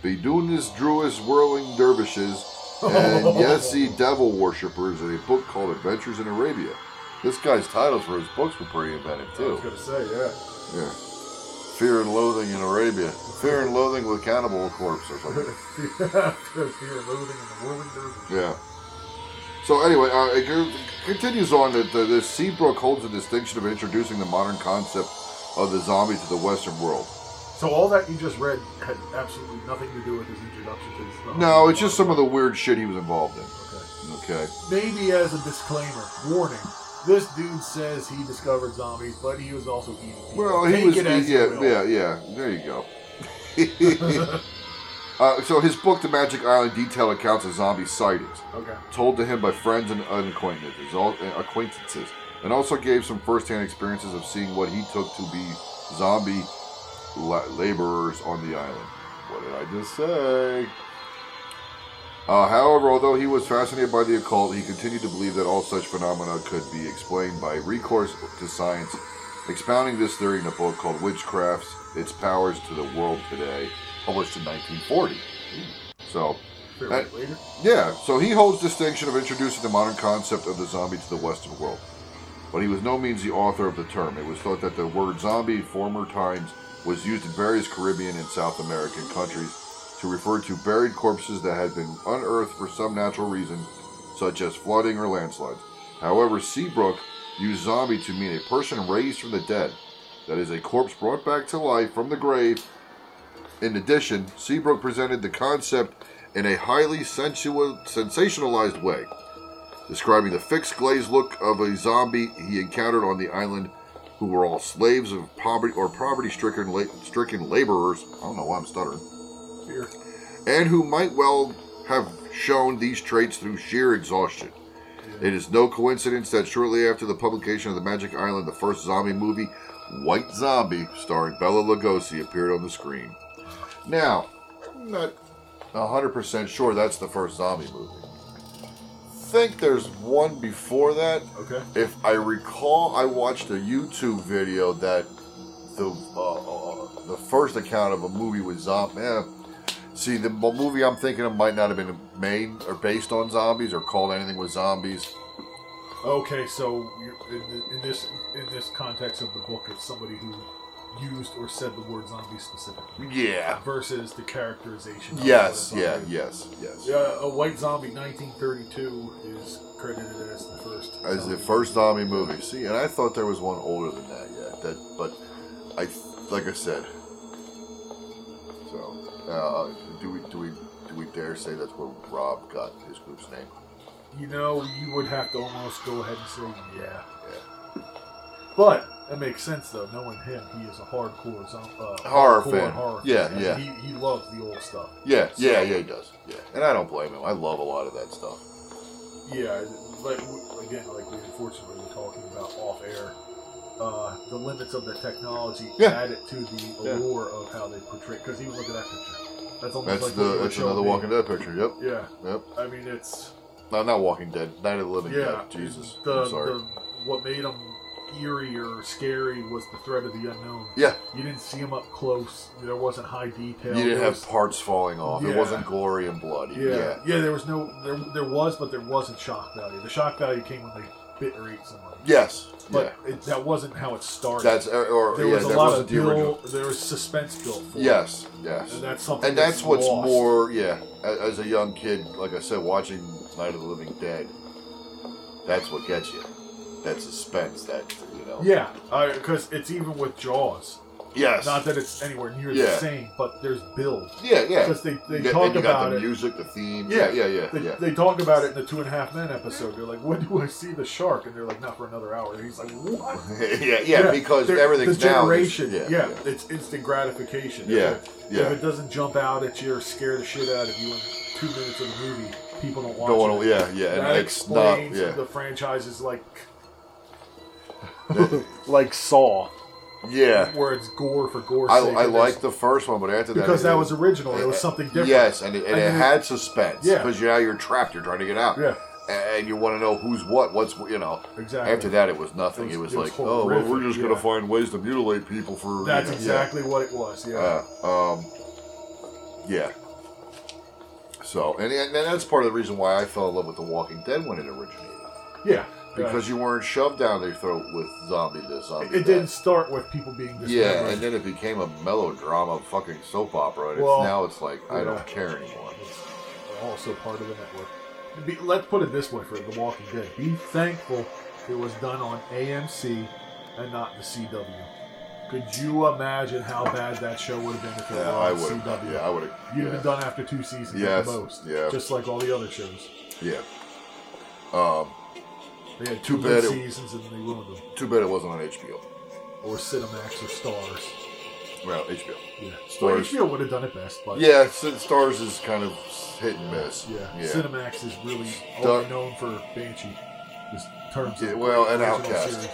Bedunas, Druids, whirling dervishes, and Yessi devil worshippers in a book called Adventures in Arabia. This guy's titles for his books were pretty inventive, I was too. gonna say, yeah. Yeah. Fear and Loathing in Arabia. Fear and Loathing with Cannibal Corpse or something. Fear of loathing and the whirling dervish. Yeah. So anyway, uh, it go- continues on that the, the Seabrook holds a distinction of introducing the modern concept of the zombie to the Western world. So all that you just read had absolutely nothing to do with his introduction to this. No, it's just some of the weird shit he was involved in. Okay. Maybe as a disclaimer, warning. This dude says he discovered zombies, but he was also eating people. Well, he Take was. it as you yeah, will. yeah, yeah. There you go. uh, so his book, The Magic Island, detailed accounts of zombie sightings. Okay. told to him by friends and acquaintances, all, uh, acquaintances, and also gave some first-hand experiences of seeing what he took to be zombie la- laborers on the island. What did I just say? Uh, however, although he was fascinated by the occult, he continued to believe that all such phenomena could be explained by recourse to science, expounding this theory in a book called Witchcrafts, Its Powers to the World Today, published in 1940. So, Fair that- bit later. yeah, so he holds distinction of introducing the modern concept of the zombie to the Western world. But he was no means the author of the term. It was thought that the word zombie in former times was used in various Caribbean and South American countries to refer to buried corpses that had been unearthed for some natural reason, such as flooding or landslides. However, Seabrook used zombie to mean a person raised from the dead, that is, a corpse brought back to life from the grave in addition, Seabrook presented the concept in a highly sensual, sensationalized way, describing the fixed glazed look of a zombie he encountered on the island, who were all slaves of poverty or poverty-stricken la- stricken laborers. I don't know why I'm stuttering, Fear. and who might well have shown these traits through sheer exhaustion. It is no coincidence that shortly after the publication of The Magic Island, the first zombie movie, White Zombie, starring Bella Lugosi, appeared on the screen. Now, I'm not 100% sure that's the first zombie movie. think there's one before that. Okay. If I recall, I watched a YouTube video that the uh, uh, the first account of a movie with zombies. Eh. See, the mo- movie I'm thinking of might not have been made or based on zombies or called anything with zombies. Okay, so you're, in, in this in this context of the book, it's somebody who used or said the word zombie specifically. Yeah. Versus the characterization. of Yes, the yeah, zombie. yes, yes. Yeah, a white zombie 1932 is credited as the first. As the first zombie movie. See, and I thought there was one older than that yet. That, but I, like I said. So, uh, do we do we do we dare say that's where Rob got his group's name? You know, you would have to almost go ahead and say yeah. But that makes sense though. Knowing him, he is a hardcore zom- uh, Horror hardcore fan. Horror Yeah, fan. yeah. I mean, He, he loves the old stuff. Yeah, So- yeah, yeah. He does. Yeah, and I don't blame him. I love a lot of that stuff. Yeah, like we- again, like we unfortunately were talking about off air, uh, the limits of the technology Yeah. added to the Yeah. allure of how they portray. Because even look at that picture. That's almost That's like what the you were that's showing another me. Walking Dead picture. Yep. Yeah. Yep. I mean, it's No, not Walking Dead. Night of the Living yeah. Dead. Jesus. The, I'm sorry. the what made them eerie or scary was the threat of the unknown. Yeah. You didn't see them up close. There wasn't high detail. you didn't There have was- parts falling off. It Yeah. wasn't glory and blood. Yeah. yeah, There was no there. There was, but there wasn't shock value. The shock value came when they bit or ate someone. Yes. But it, that wasn't how it started. That's- uh, or- or- there yeah, was a that lot wasn't of the build, original. There was suspense built for. it. Yes, yes. And that's something. And that's, what's lost. more, yeah. a- As a young kid, like I said, watching Night of the Living Dead, that's what gets you. That suspense. That you know. Yeah, because it's even with Jaws. Yes. Not that it's anywhere near the Yeah. same, but there's build. Yeah, yeah. Because they, they You get- talk and you got about the it. music, the theme. Yeah, Yeah, yeah, yeah, They, yeah. they talk about it in the Two and a Half Men episode. They're like, "When do I see the shark?" And they're like, "Not for another hour." And he's like, "What?" Yeah, yeah, because they're- everything's the now is- generation. yeah, yeah, it's instant gratification. If Yeah, it- yeah. If it doesn't jump out at you or scare the shit out of you in two minutes of the movie, people don't watch Don't wanna- it. yeah, yeah, and That it's not- explains yeah. the franchises like like Saw. Yeah. where it's gore for gore's I, sake. I and like there's- the first one, but after that, Because it- eh, that was original, it was something different. Yes, and it, and And it then- had suspense. Yeah. because now you're trapped. You're trying to get out. Yeah. and you want to know who's what. What's you know. Exactly. After that, it was nothing. It was, it was like, oh, well, we're horrific, just gonna yeah. find ways to mutilate people for. That's you know, exactly what it was. Yeah. Yeah. Uh, um. Yeah. So, and, and that's part of the reason why I fell in love with The Walking Dead when it originated, yeah. because you weren't shoved down their throat with zombie this, zombie it that. didn't start with people being Yeah, dismembered. and then it became a melodrama fucking soap opera, and Well, it's, now it's like, I yeah. don't care anymore. also part of the network. Be, let's put it this way for The Walking Dead: be thankful it was done on AMC and not the CW. Could you imagine how bad that show would have been if it Yeah, I was would've- on CW? yeah, I would've- You'd have yeah. been done after two seasons at Yes, the most. yeah. Just like all the other shows. Yeah. Um, They had Too two bad good it- seasons and they ruined them. too bad it wasn't on HBO. Or Cinemax or Stars. Well, HBO. Yeah. Well, Stars. HBO would have done it best, but Yeah, S- Stars is kind of hit and miss. Yeah. yeah. Cinemax is really Duh. only known for Banshee. Just terms Yeah, of well, and original Outcast. series.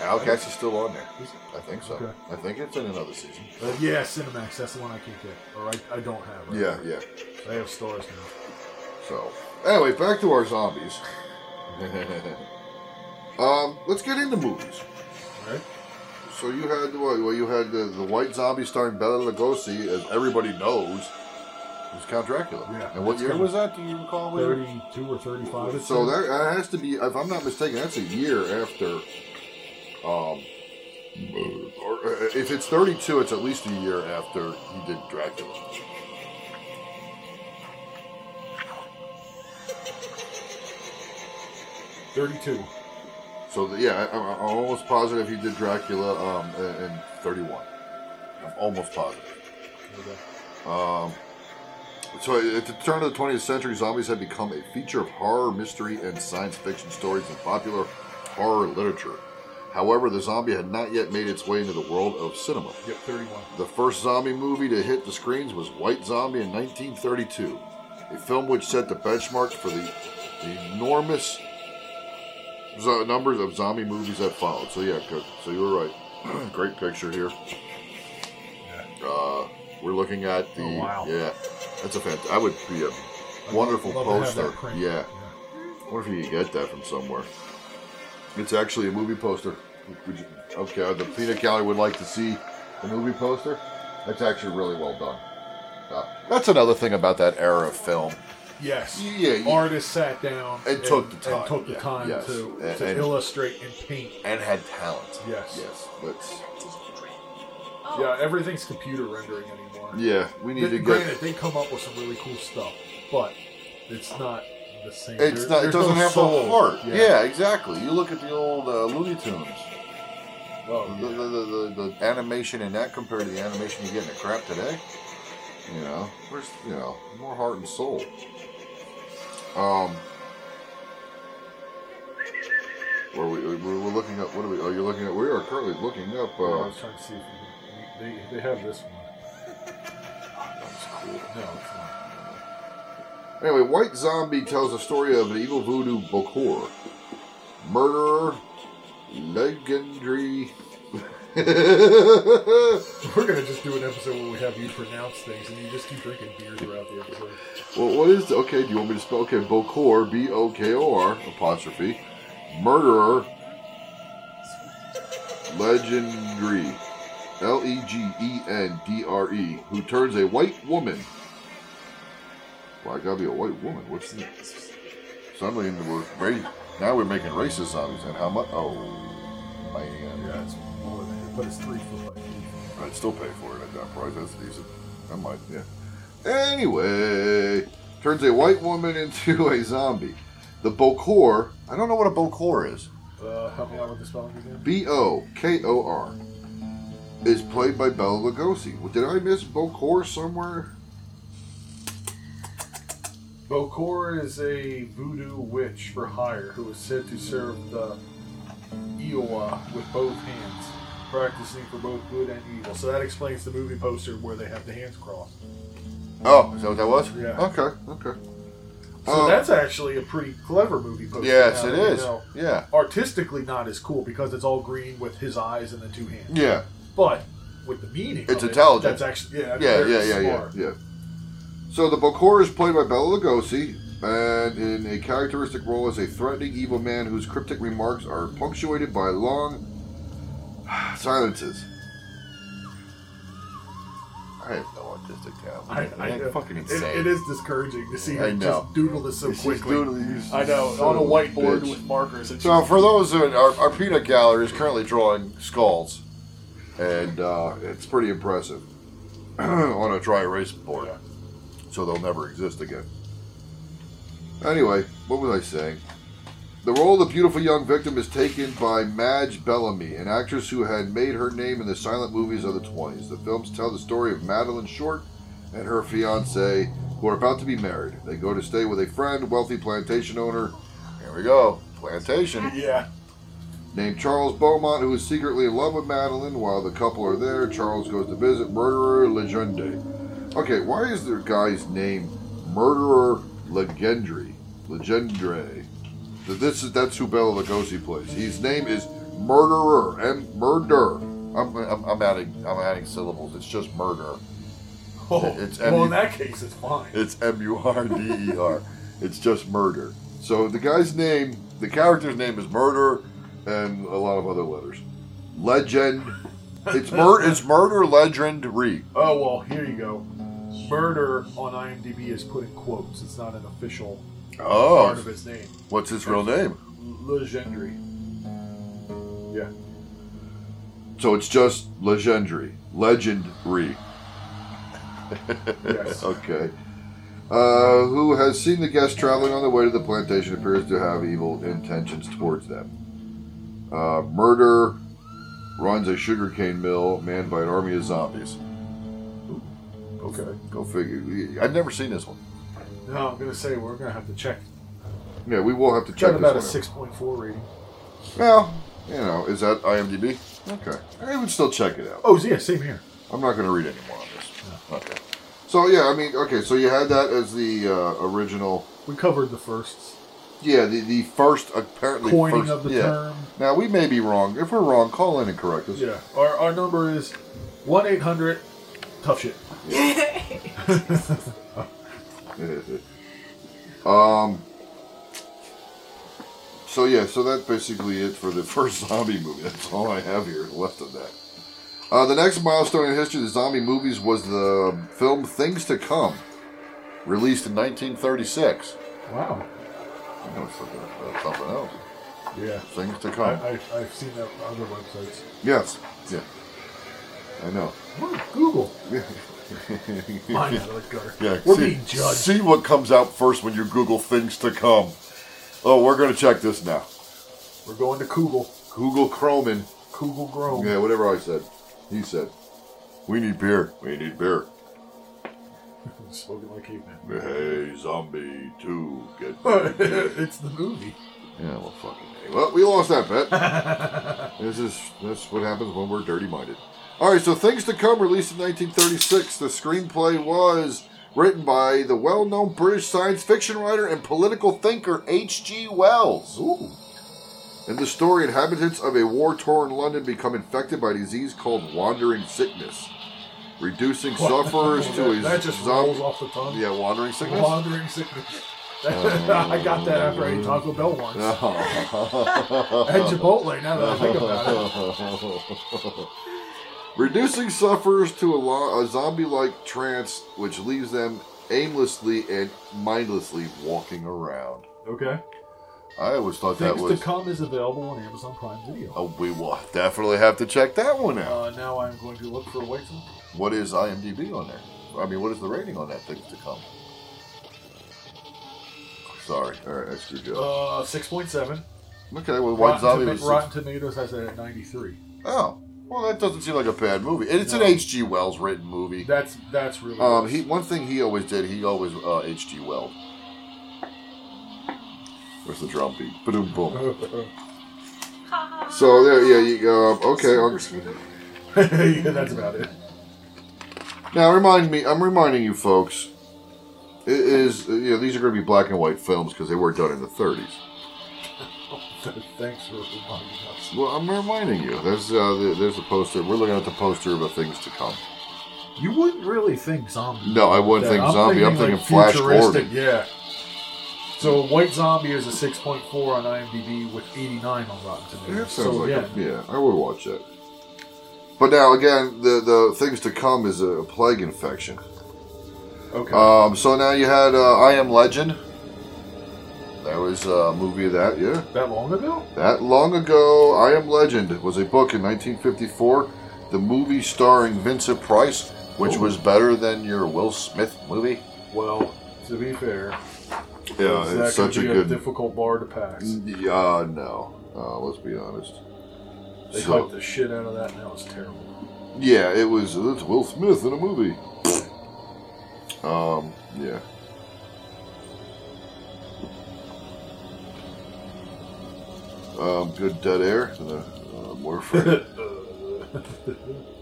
Uh, Outcast is still on there. I think so. Okay. I think it's in another season. Uh, yeah, Cinemax. That's the one I can't get, or I, I don't have. Yeah, yeah. I have stars now. So, anyway, back to our zombies. um, let's get into movies. Right. So you had what? Well, you had the, the White Zombie starring Bela Lugosi, as everybody knows, was Count Dracula. Yeah. And what It's year kinda was that? Do you recall? Larry? Thirty-two or thirty-five. it's So in. that, that has to be, if I'm not mistaken, that's a year after. Um, or uh, if it's 32, it's at least a year after he did Dracula. thirty-two. So the, yeah, I, I'm I'm almost positive he did Dracula um, in in 31. I'm almost positive. Okay. Um, so uh, at the turn of the 20th century, zombies had become a feature of horror, mystery, and science fiction stories in popular horror literature. However, the zombie had not yet made its way into the world of cinema. Yep, thirty-one. The first zombie movie to hit the screens was White Zombie in 1932, a film which set the benchmarks for the, the enormous zo- numbers of zombie movies that followed. So yeah, good. so you were right. Great picture here. Uh, we're looking at the Oh, wow. yeah. That's a fantastic. I would be a wonderful love to have poster. that print. yeah. I wonder if you could get that from somewhere. It's actually a movie poster. Would you- okay, the peanut gallery would like to see the movie poster. That's actually really well done. Uh, that's another thing about that era of film. Yes. Yeah, yeah. Artists sat down And took the time, and took the yeah, time yes. to, And- to and- illustrate and paint. And had talent. Yes. Yes. That's Yeah, everything's computer rendering anymore. Yeah, we need Th- to get- Granted, they come up with some really cool stuff, but it's not the same. It's There- not. It there's doesn't no have soul. the heart. Yeah. exactly. You look at the old uh, Looney Tunes. the, the, the, the, the animation in that compared to the animation you get in the crap today. You know, where's you know more heart and soul. Um, were we we- we were looking up? What are we? Are you looking at? We are currently looking up. Yeah, I Uh, was trying to see if we could- they, they have this one. That's cool. No, it's not. Anyway, White Zombie tells the story of an evil voodoo Bokor. Murderer, legendary. We're gonna just do an episode where we have you pronounce things, and you just keep drinking beer throughout the episode. Well, what is okay? Do you want me to spell okay? Bokor, B O K O R apostrophe, murderer, legendary, L E G E N D R E, who turns a white woman. Well, I gotta be a white woman. What's the suddenly we're ra- now we're making racist zombies and how much? Oh man, yeah, it's more than but it's three foot by three. I'd still pay for it at that price. That's decent. I might, yeah. Anyway, turns a white woman into a zombie. The Bokor, I don't know what a Bokor is. Uh, help me out with the spelling again. B O K O R, is played by Bela Lugosi. Well, Did I miss Bokor somewhere? Bokor is a voodoo witch for hire who is said to serve the Iowa with both hands, practicing for both good and evil. So that explains the movie poster where they have the hands crossed. Oh, is that what that was? Yeah. Okay, okay. So Uh, that's actually a pretty clever movie poster. Yes, now it that you is. know. Yeah. Artistically, not as cool because it's all green with his eyes and the two hands. Yeah. But with the meaning, It's of it, intelligent. that's actually yeah, yeah, very yeah, yeah, yeah, smart. yeah. So the Bokor is played by Bela Lugosi, and in a characteristic role as a threatening evil man whose cryptic remarks are punctuated by long silences. I have no autistic talent. I, I know. fucking It- insane. it is discouraging to see I him know. just doodle this so She's quickly. doodling these- I know, son on a of a whiteboard bitch. with markers. And So for those in our, our peanut gallery is currently drawing skulls, and uh, it's pretty impressive on a dry erase board. So they'll never exist again. Anyway, what was I saying? The role of the beautiful young victim is taken by Madge Bellamy, an actress who had made her name in the silent movies of the 20s. The films tell the story of Madeline Short and her fiance, who are about to be married. They go to stay with a friend, wealthy plantation owner. Here we go, plantation. Yeah. Named Charles Beaumont, who is secretly in love with Madeline. While the couple are there, Charles goes to visit Murderer Legendre. Okay, why is their guy's name Murderer Legendry? Legendre. Th- This is that's who Bela Lugosi plays. His name is Murderer and Murder. I'm, I'm, I'm adding I'm adding syllables. It's just murder. Oh, It's well, MU in that case, it's fine. It's M U R D E R. It's just murder. So the guy's name, the character's name is Murder, and a lot of other letters. Legend. It's mur. It's murder. Legend. Re. Oh well, here you go. Murder on IMDb is put in quotes. It's not an official Oh. part of his name. What's his real name? Legendary. Yeah. So it's just legendary. Legendary. Yes. okay. Uh, who has seen the guests traveling on the way to the plantation appears to have evil intentions towards them. Uh, murder runs a sugarcane mill manned by an army of zombies. Okay. Go figure. I've never seen this one. No, I'm gonna say we're gonna have to check. Yeah, we will have to Got check about a this one. six point four rating. out. Well, you know, is that IMDb? Okay, I would still check it out. Oh yeah, same here. I'm not going to read any more on this. Okay. So yeah, I mean, okay, so you had that as the uh, original. We covered the firsts. Yeah, the, the first apparently Coining first- of the yeah. term. Now we may be wrong. If we're wrong, call in and correct us. Yeah. Our our number is one eight hundred tough shit. um. So yeah, so that's basically it for the first zombie movie. That's all I have here left of that. Uh, the next milestone in history of the zombie movies was the film Things to Come, released in 1936. Wow. I know it's something, uh, something else. Yeah. Things to I, Come. I I've seen that on other websites. Yes. Yeah. I know. Google. Mine Mine out of the gutter. Yeah, We're see, being judged. See what comes out first when you Google things to come. Oh, we're going to check this now. We're going to Google. Google Chromin. Google Chrome. Yeah, whatever I said. He said. We need beer. We need beer. Spoken like caveman. Hey, zombie, two, get me beer. it's the movie. Yeah, well, fucking A. Well, we lost that bet. this is that's what happens when we're dirty-minded. All right, so things to come, released in 1936. The screenplay was written by the well-known British science fiction writer and political thinker H.G. Wells. Ooh. In the story, inhabitants of a war-torn London become infected by a disease called wandering sickness, reducing sufferers to a that just zombie. rolls off the tongue. Yeah, wandering sickness. Wandering sickness. Oh. I got that after I ate Taco Bell once. Uh-huh. and Chipotle, now that I think about it. Reducing sufferers to a, lo- a zombie like trance, which leaves them aimlessly and mindlessly walking around. Okay. I always thought that Things was. to come is available on Amazon Prime Video. Oh, we will definitely have to check that one out. Uh, now I'm going to look for a white film. What is IMDb on there? I mean, what is the rating on that Things to Come? Sorry. All right, I screwed you up. Uh, six point seven. Okay, well, White Zombie was six- Rotten Tomatoes has it at ninety three. Oh, well, that doesn't seem like a bad movie. And it's an No. H.G. Wells written movie. That's that's really. Um, good. he one thing he always did. He always uh, H.G. Weld. Where's the drum beat? Boom, boom. So there, yeah, you, um, okay. on- yeah, that's about it. now remind me. I'm reminding you, folks. It is uh, you know these are going to be black and white films because they were done in the 30s. Thanks for reminding us. Well, I'm reminding you. There's uh, the- there's a poster. We're looking at the poster of a things to come. You wouldn't really think zombie. No, I wouldn't Yeah, think zombie. I'm thinking Flash futuristic, Gordon. Yeah. So White Zombie is a 6.4 on IMDb with 89 on Rotten That Tomatoes. sounds So like yeah, A, yeah, I would watch that. But now again, the the things to come is a plague infection. Okay. Um, so now you had uh, I Am Legend. That was a movie of that, yeah. that long ago? That long ago, I Am Legend was a book in 1954. The movie starring Vincent Price, which Oh. was better than your Will Smith movie. Well, to be fair, Yeah, that it's could such a be good- Mm, difficult bar to pass. Yeah, no. Uh, let's be honest. They So- hyped the shit out of that, and that was terrible. Yeah, it was it's Will Smith in a movie. um, yeah. Um, good dead air to the uh, warfare.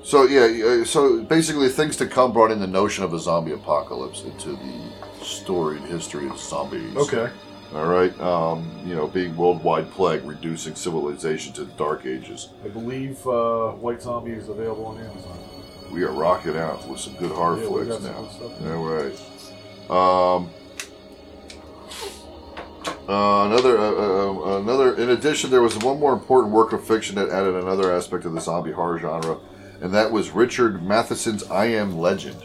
so yeah, yeah, so basically, things to come brought in the notion of a zombie apocalypse into the storied history of zombies. Okay. All right. Um, you know, being worldwide plague, reducing civilization to the dark ages. I believe uh, White Zombie is available on Amazon. We are rocking out with some good hard Yeah, we flicks got some now. good stuff. All right. Um, uh, another, uh, uh, uh, another. In addition, there was one more important work of fiction that added another aspect of the zombie horror genre, and that was Richard Matheson's "I Am Legend."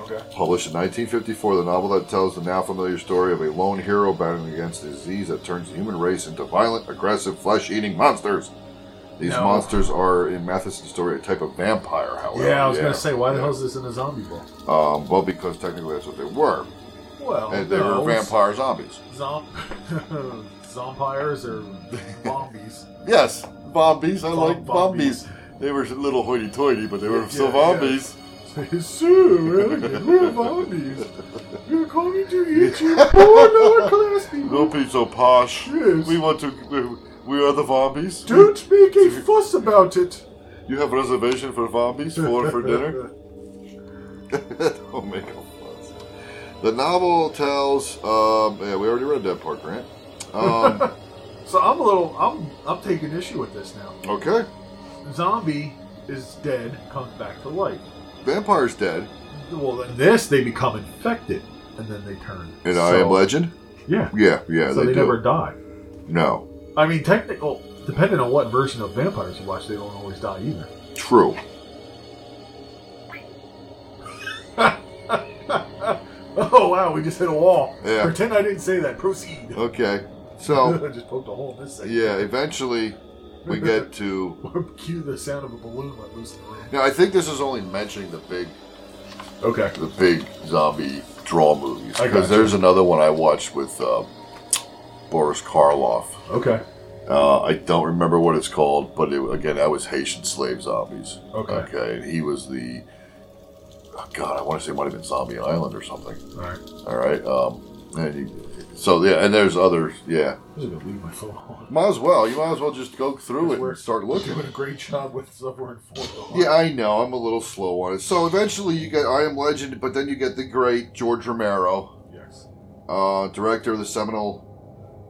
Okay. Published in 1954, the novel that tells the now familiar story of a lone hero battling against a disease that turns the human race into violent, aggressive, flesh-eating monsters. These No. monsters are, in Matheson's story, a type of vampire. However, yeah, I was gonna yeah. say, why the hell is this in a zombie book? Um, well, because technically that's what they were. Well, And they Oh, no, were it's- vampire zombies. Zomp, zompires or zombies? Yes, zombies. I like Zombies. zombies. They were a little hoity-toity, but they were Yeah, still yeah. zombies. Sir, we're zombies. You're coming to eat you. Oh, another class people. Don't be so posh. Yes. We want to. we- We are the zombies. Don't make a fuss about it. You have reservation for zombies for for dinner. Don't make a fuss. The novel tells. Um, yeah, we already read that part, Grant. Um, So I'm a little, I'm, I'm taking issue with this now. okay, Zombie is dead, comes back to life. vampire's dead. Well, then this they become infected, and then they turn. And I am So- Legend. Yeah. Yeah, yeah. so they, do. never die. No, I mean, technical, depending on what version of vampires you watch, they don't always die either. true. Oh wow, we just hit a wall. Yeah. Pretend I didn't say that. Proceed. Okay, so just poked a hole in this thing. yeah, eventually we get to Cue the sound of a balloon when loose in the room. Now, I think this is only mentioning the big, okay, the big zombie draw movies I because gotcha. there's another one I watched with uh, Boris Karloff. Okay. Uh, I don't remember what it's called, but it, again, that was Haitian slave zombies. Okay. Okay, and he was the oh, God. I want to say it might have been Zombie Island or something. All right. All right. Um, and he, so yeah, and there's others. Yeah. I'm just gonna leave my phone on. Might as well. You might as well just go through it We're- and start we're looking. Doing a great job with somewhere in Florida. Yeah, I know. I'm a little slow on it. So eventually, you get I Am Legend, but then you get the great George Romero, Yes. uh, director of the seminal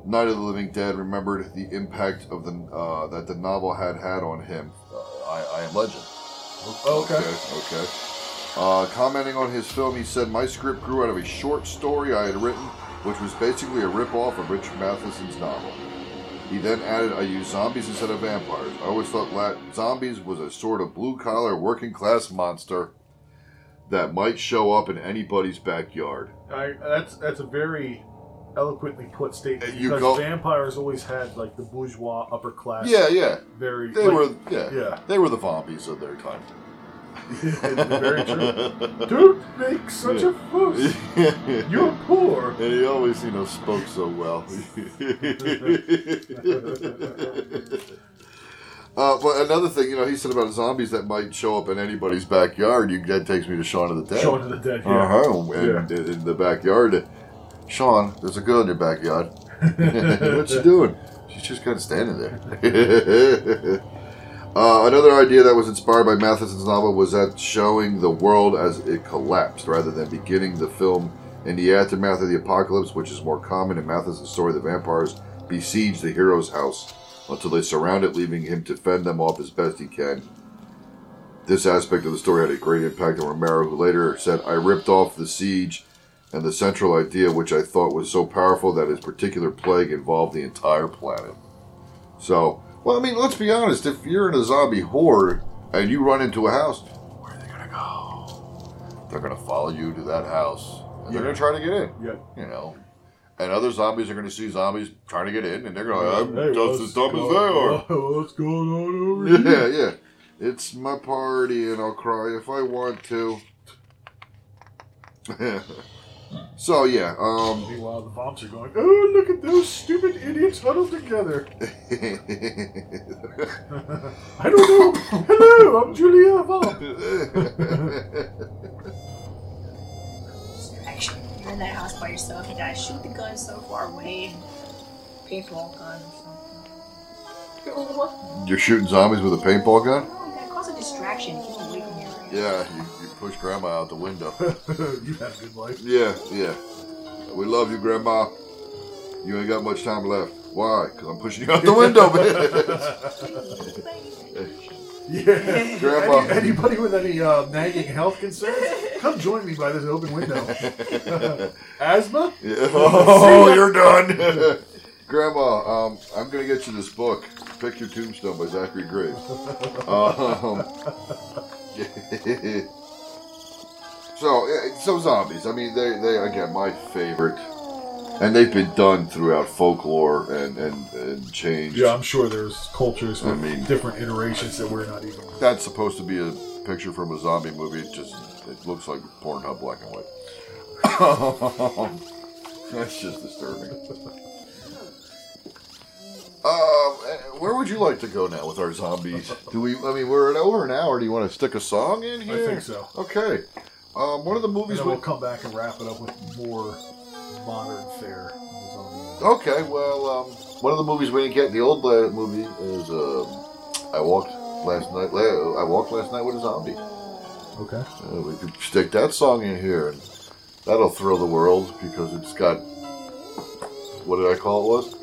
Night of the Living Dead, remembered the impact of the uh, that the novel had had on him. Uh, I, I Am Legend. Okay. Okay. okay. Uh, commenting on his film, he said, "My script grew out of a short story I had written, which was basically a rip-off of Richard Matheson's novel." He then added, "I used zombies instead of vampires. I always thought that zombies was a sort of blue-collar, working-class monster that might show up in anybody's backyard." I, that's that's a very eloquently put statement Uh, you because go- vampires always had like the bourgeois upper class. Yeah, yeah. Very. They like- were, yeah, Yeah. They were the zombies of their time. Very true. Don't make such a fuss. You're poor. And he always, you know, spoke so well. uh, but another thing, you know, he said about zombies that might show up in anybody's backyard. You, that takes me to Shaun of the Dead. Shaun of the Dead, yeah. Uh-huh. Yeah. And in the backyard, Sean, there's a girl in your backyard. what you doing? She's just kind of standing there. uh, another idea that was inspired by Matheson's novel was that showing the world as it collapsed, rather than beginning the film in the aftermath of the apocalypse, which is more common in Matheson's story. The vampires besiege the hero's house until they surround it, leaving him to fend them off as best he can. This aspect of the story had a great impact on Romero, who later said, I ripped off the siege and the central idea, which I thought was so powerful that his particular plague involved the entire planet. So, well, I mean, let's be honest. If you're in a zombie horde and you run into a house, where are they going to go? They're going to follow you to that house. And They're Yeah. going to try to get in. Yeah. You know. And other zombies are going to see zombies trying to get in, and they're going, I'm Hey, just as what's dumb as going- they are. What's going on over here? Yeah, yeah. It's my party, and I'll cry if I want to. so yeah, um, Meanwhile, the bombs are going. Oh, look at those stupid idiots huddled together. I don't know. Hello, I'm Julia Vaughn. Actually, you're in that house by yourself. You gotta shoot the gun so far away. Paintball gun or something. You're overwhelmed. you're shooting zombies with a paintball gun. Oh, that causes a distraction. Keep them away from you. Yeah, you, you push Grandma out the window. you had a good life. yeah, yeah. We love you, Grandma. You ain't got much time left. Why? Because I'm pushing you out the window, bitch. Yeah. Grandma. Any- anybody with any uh, nagging health concerns, come join me by this open window. Asthma? Yeah. Oh, See ya. you're done. Grandma, um, I'm going to get you this book, Pick Your Tombstone by Zachary Graves. Um, so, eh, so zombies. I mean, they, they again, my favorite. And they've been done throughout folklore and, and, and changed. Yeah, I'm sure there's cultures with I mean- different iterations that we're not even. That's supposed to be a picture from a zombie movie. It just it looks like Pornhub black and white. That's just disturbing. Um, eh, where would you like to go now with our zombies? Do we? I mean, we're at over an hour. Do you want to stick a song in I here? think so. Okay. Um, one of the And movies. then we- we'll come back and wrap it up with more modern fare. Zombie. Okay, well, um, one of the movies we didn't get in the old uh, movie is um, I walked last night. la- I walked last night with a zombie. Okay. Uh, we could stick that song in here, and that'll thrill the world because it's got what did I call it was?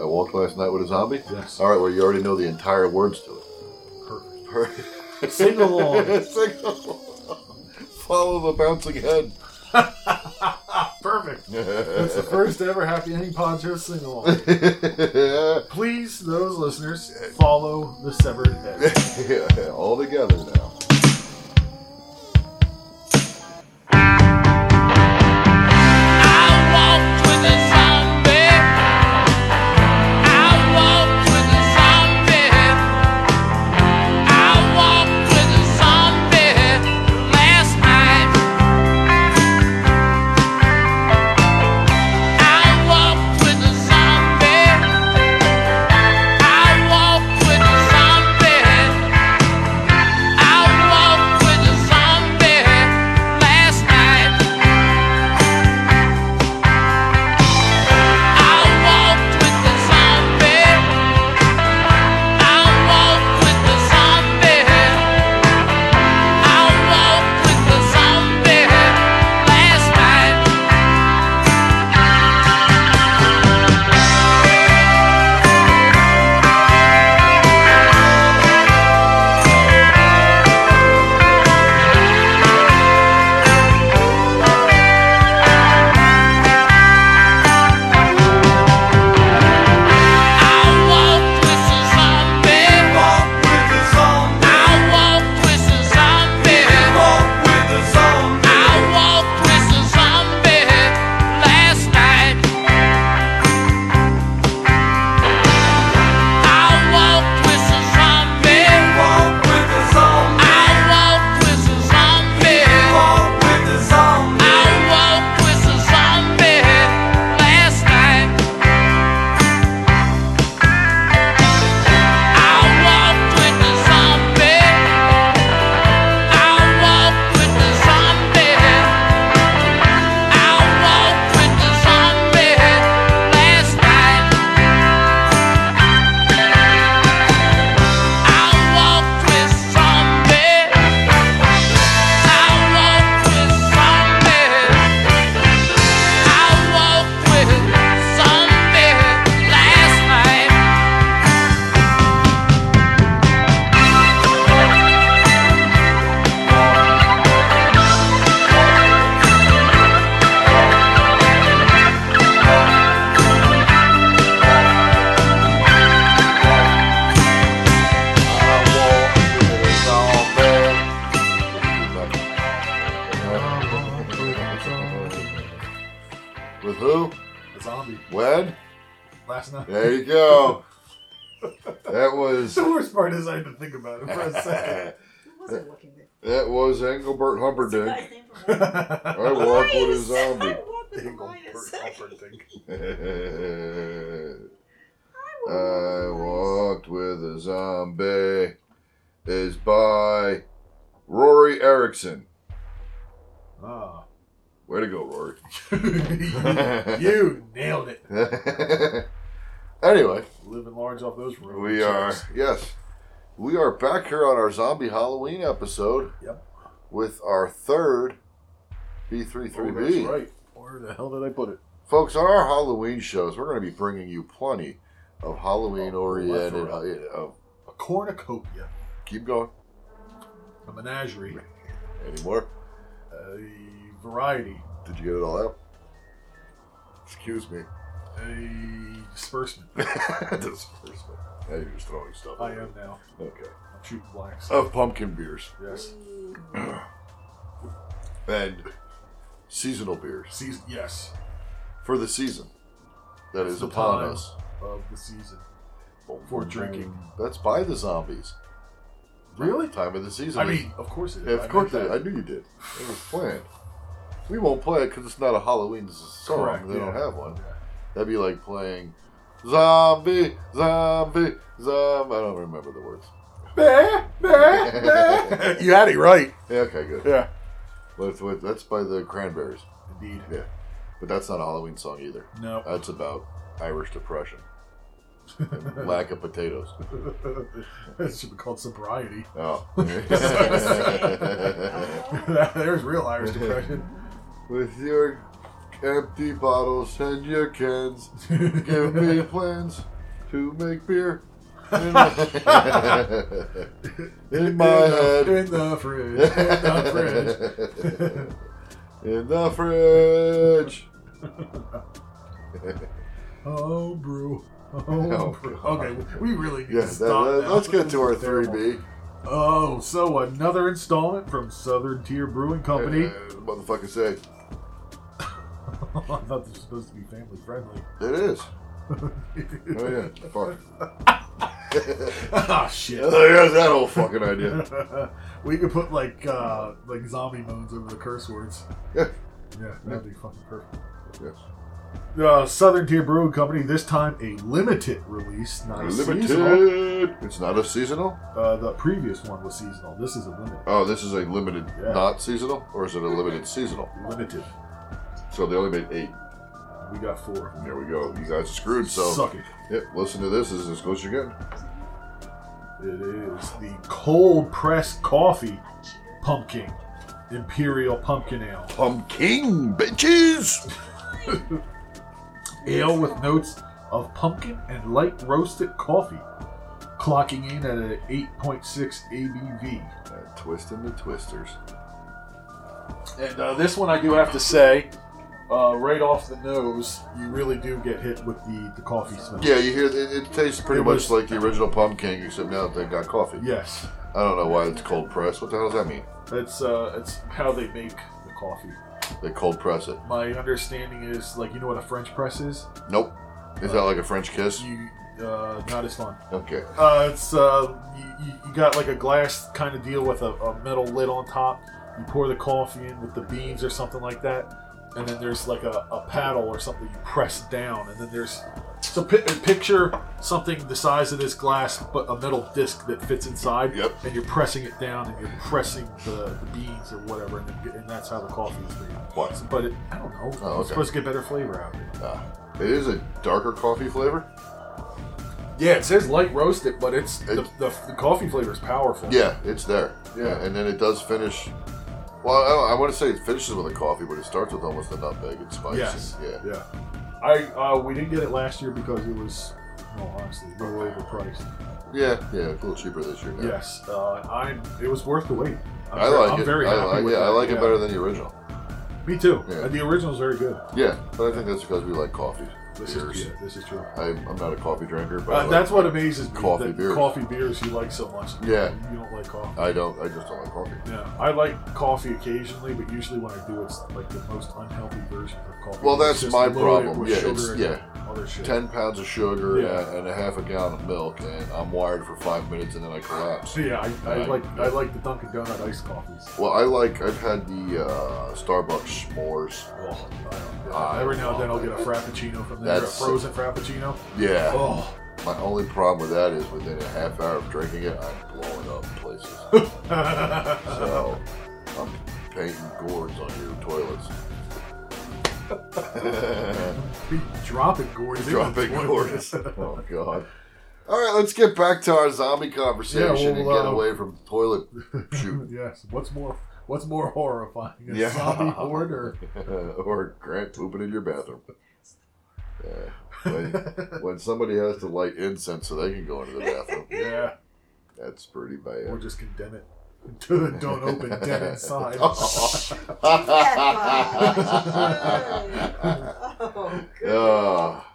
I walked last night with a zombie. Yes. All right. Well, you already know the entire words to it. Perfect. Sing along. Sing along. Follow the bouncing head. Perfect. That's the first ever Happy Ending Podcast sing along. Please, those listeners, follow the severed head. yeah, all together now. I walked with a zombie. a zombie. When? Last night. There you go. that was. The worst part is I had to think about it for a second. That- That was Engelbert Humperdinck. I walked with a zombie. I walked with a zombie is by Rory Erickson. Ah. Way to go, Rory. you nailed it. anyway, Living large off those rooms. we are yes, we are back here on our zombie Halloween episode. Yep. With our third B three Oh, three that's B. right. Where the hell did I put it? Folks, on our Halloween shows, we're going to be bringing you plenty of Halloween Oh, oriented. Uh, yeah, oh, A cornucopia. keep going. A menagerie. Any more? A variety. Did you get it all out? Excuse me. A disbursement. Disbursement. Now you're just throwing stuff. I at me. am now. Okay. I'm shooting blanks. Of pumpkin beers Yes. and seasonal beers Season. Yes. for the season that is the upon time us. Of the season. For drinking. That's by the zombies. Really? Time of the season. I mean, of course it is. Yeah, I of course, meant they, that. I knew you did. It was planned. We won't play it because it's not a Halloween s- song. Correct, they don't yeah. have one. That'd be like playing zombie, zombie, zombie. I don't remember the words. you had it right. Yeah, okay, good. Yeah. With, with, that's by the Cranberries. Indeed. Yeah. But that's not a Halloween song either. No. That's about Irish depression, and lack of potatoes. it should be called sobriety. Oh. There's real Irish depression. With your empty bottles and your cans, give me plans to make beer. In my, in my head. In the fridge. In the fridge. In the fridge. Oh, brew. Oh, Oh, brew. God. Okay, we really need Yeah, to that- stop that- now. let's get to our This is terrible. 3B. Oh, so another installment from Southern Tier Brewing Company. Uh, motherfucker say, I thought this was supposed to be family friendly. it is. Oh, yeah. Fuck. Ah, shit. There goes that whole fucking idea. we could put like uh, like zombie moans over the curse words. Yeah. Yeah, that'd be fucking perfect. Yes. Uh, Southern Tier Brewing Company, this time a limited release, not a seasonal. Limited. It's not a seasonal? Uh, the previous one was seasonal. This is a limited. Oh, this is a limited, Yeah. not seasonal, or is it a limited seasonal? Limited. So they only made eight. We got four. There we go. You guys are screwed. So Suck it. Yep. Listen to this. This is as close as you get. It is the cold pressed coffee pumpkin imperial pumpkin ale. Pumpkin bitches. Ale with notes of pumpkin and light roasted coffee, clocking in at an 8.6 ABV. Uh, twisting the twisters. And uh, this one, I do have to say, uh, right off the nose, you really do get hit with the, the coffee smell. Yeah, you hear it, it tastes pretty It much was- like the original pumpkin, except now they've got coffee. Yes, I don't know why it's cold pressed. What the hell does that mean? that's uh, that's how they make the coffee. They cold press it. My understanding is, like, you know what a French press is? Nope. Is that like a French kiss? You uh, not as fun. Okay. Uh, it's uh, you, you- you got like a glass kind of deal with a, a metal lid on top. You pour the coffee in with the beans or something like that, and then there's like a, a paddle or something you press down, and then there's so pi- picture something the size of this glass, but a metal disc that fits inside, Yep. and you're pressing it down, and you're pressing the, the beans or whatever, and, then, and that's how the coffee is made. What? But it, I don't know. Oh, It's okay. supposed to get better flavor out of it. Ah. It is a darker coffee flavor. Yeah, it says light roasted, but it's the, It- the, the coffee flavor is powerful. Yeah, it's there. Yeah. and then it does finish. Well, I, I want to say it finishes with a coffee, but it starts with almost a nutmeg and spice. Yes. Yeah. Yeah. I uh, we didn't get it last year because it was, well, honestly, we were overpriced. Yeah, yeah, a little cheaper this year now. Yes, uh, I'm. It was worth the wait. I'm i ver- like I'm it. very I happy like, with yeah, that, I like yeah. it better than the original. Me too. Yeah. And the original's very good. Yeah, but I think that's because we like coffee. This beers. is, yeah, this is true. I, I'm not a coffee drinker, but I Uh, like that's what amazes me. Coffee that beers. Coffee beers you like so much. Yeah. You don't like coffee. I don't. I just don't like coffee. Yeah, I like coffee occasionally, but usually when I do, it's like the most unhealthy version of coffee. Well, It's that's just my loaded problem. with Yeah, sugar it's and yeah. Other shit. Ten pounds of sugar Yeah. and, and a half a gallon of milk, and I'm wired for five minutes, and then I collapse. So yeah, I, I And like I like the Dunkin' Donut iced coffees. Well, I like. I've had the uh, Starbucks s'mores. Oh, I Every now and then I'll love get a that. frappuccino from there, a That's- frozen frappuccino. Yeah. Oh, My only problem with that is within a half hour of drinking it, I'm blowing up places. so I'm painting gourds on your toilets. be dropping gourds. in the Dropping toilet. gourds. Oh God. All right, let's get back to our zombie conversation Yeah, and well, get uh, away from toilet shoot. yes. What's more? What's more horrifying? A Yeah. zombie horde or or Grant pooping in your bathroom. Yeah. When, when somebody has to light incense so they can go into the bathroom, yeah, that's pretty bad. or just condemn it. Don't open dead inside. Oh. Ah.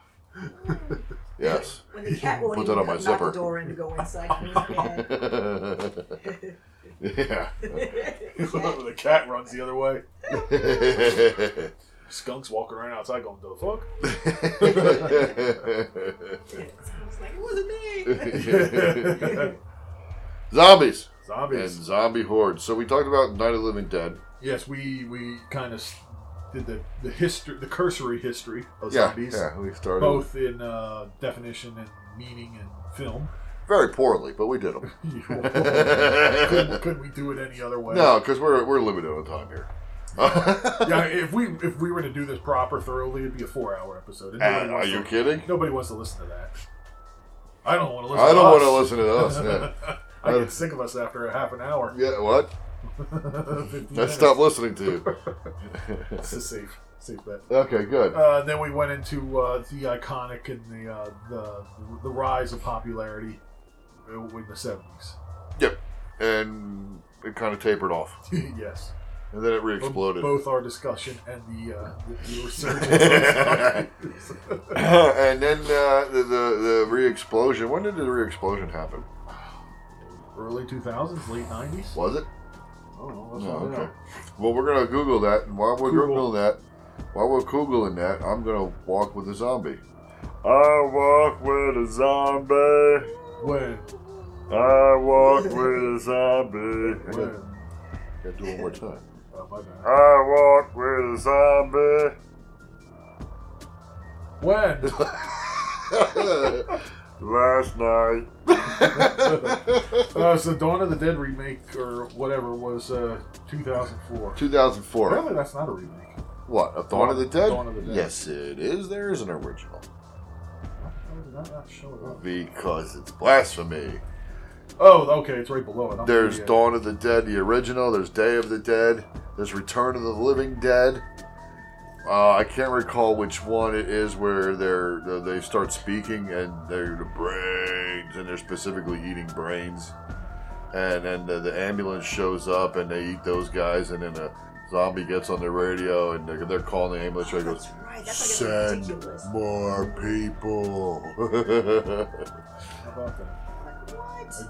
yes. When the cat won't Put even that on my knock the zipper. door in to go inside, it's bad. yeah. the cat runs the other way. Skunks walking around outside going, the fuck? Zombies. Zombies. And zombie hordes. So we talked about Night of the Living Dead. yes, we we kind of did the the history, the cursory history of Yeah, Oh, zombies. yeah, we started- both in uh, definition and meaning and film. Very poorly, but we did them. couldn't, couldn't we do it any other way? No, because we're, we're limited on time here. yeah, if we if we were to do this proper thoroughly, it'd be a four hour episode. And Uh, nobody wants are you to- kidding? Nobody wants to listen to that. I don't want to listen. I to don't us. want to listen to us. yeah. I Uh, get sick of us after a half an hour. Yeah, what? I stopped listening to you. It's a safe, safe bet. Okay, good. Uh, then we went into uh, the iconic and the, uh, the the rise of popularity uh, in the seventies. Yep. And it kind of tapered off. yes. And then it re exploded. Both our discussion and the, uh, the, the resurgence. of zombies. and then uh, the, the, the re explosion. When did the re explosion happen? Early two thousands, late nineties. Was it? I don't know. Let's No, find okay. out. Well, we're going to Google that. And while we're Google. Googling that, while we're Googling that, I'm going to walk with a zombie. I walk with a zombie. When? I walk with a zombie. When? Gotta do it one more time. Oh, my bad. I walk with a zombie. When? Last night. uh, so Dawn of the Dead remake or whatever was uh, 2004. 2004. Really, that's not a remake. What? A Dawn of the Dead? Dawn of the Dead. Yes, it is. There is an original. I'm not- not sure about it. Because it's blasphemy. Oh, okay, it's right below it. I'm There's thinking, Dawn of the Dead, the original. There's Day of the Dead. There's Return of the Living Dead. Uh, I can't recall which one it is where they're uh, they start speaking and they're the brains and they're specifically eating brains, and then the, the ambulance shows up and they eat those guys and then a zombie gets on the radio and they're, they're calling the ambulance. and goes, send more people. How about that? I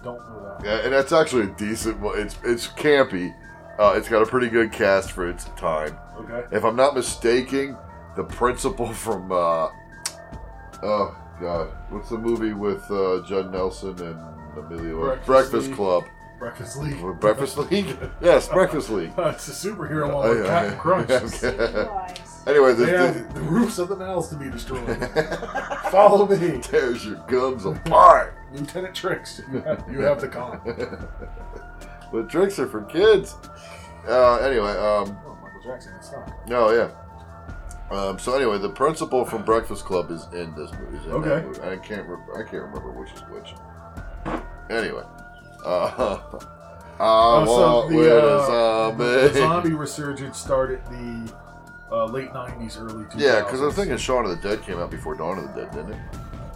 don't know that. Yeah, and that's actually a decent one. It's it's campy. Uh, it's got a pretty good cast for its time. Okay. If I'm not mistaken, the principal from uh, oh god, what's the movie with uh, Judd Nelson and Emilio Breakfast League. Club? Breakfast League. Or Breakfast League? yes, Breakfast League. it's a superhero one with Oh, yeah. Captain Crunch. Okay. anyway, the, They the, have the roofs of the mouths to be destroyed. Follow me. Tears your gums apart. Lieutenant Tricks, you have, you have the con. Oh, the tricks are for kids. Uh, anyway, um, Oh, Michael Jackson, it's not. No, Oh, yeah. Um, so anyway, the principal from Breakfast Club is in this movie. is in that Okay. movie. I can't. Re- I can't remember which is which. Anyway, uh, I Uh, walk with a the- the zombie. zombie resurgence started the uh, late 90s, early 2000s. yeah, because I was thinking Shaun of the Dead came out before Dawn of the Dead, didn't it?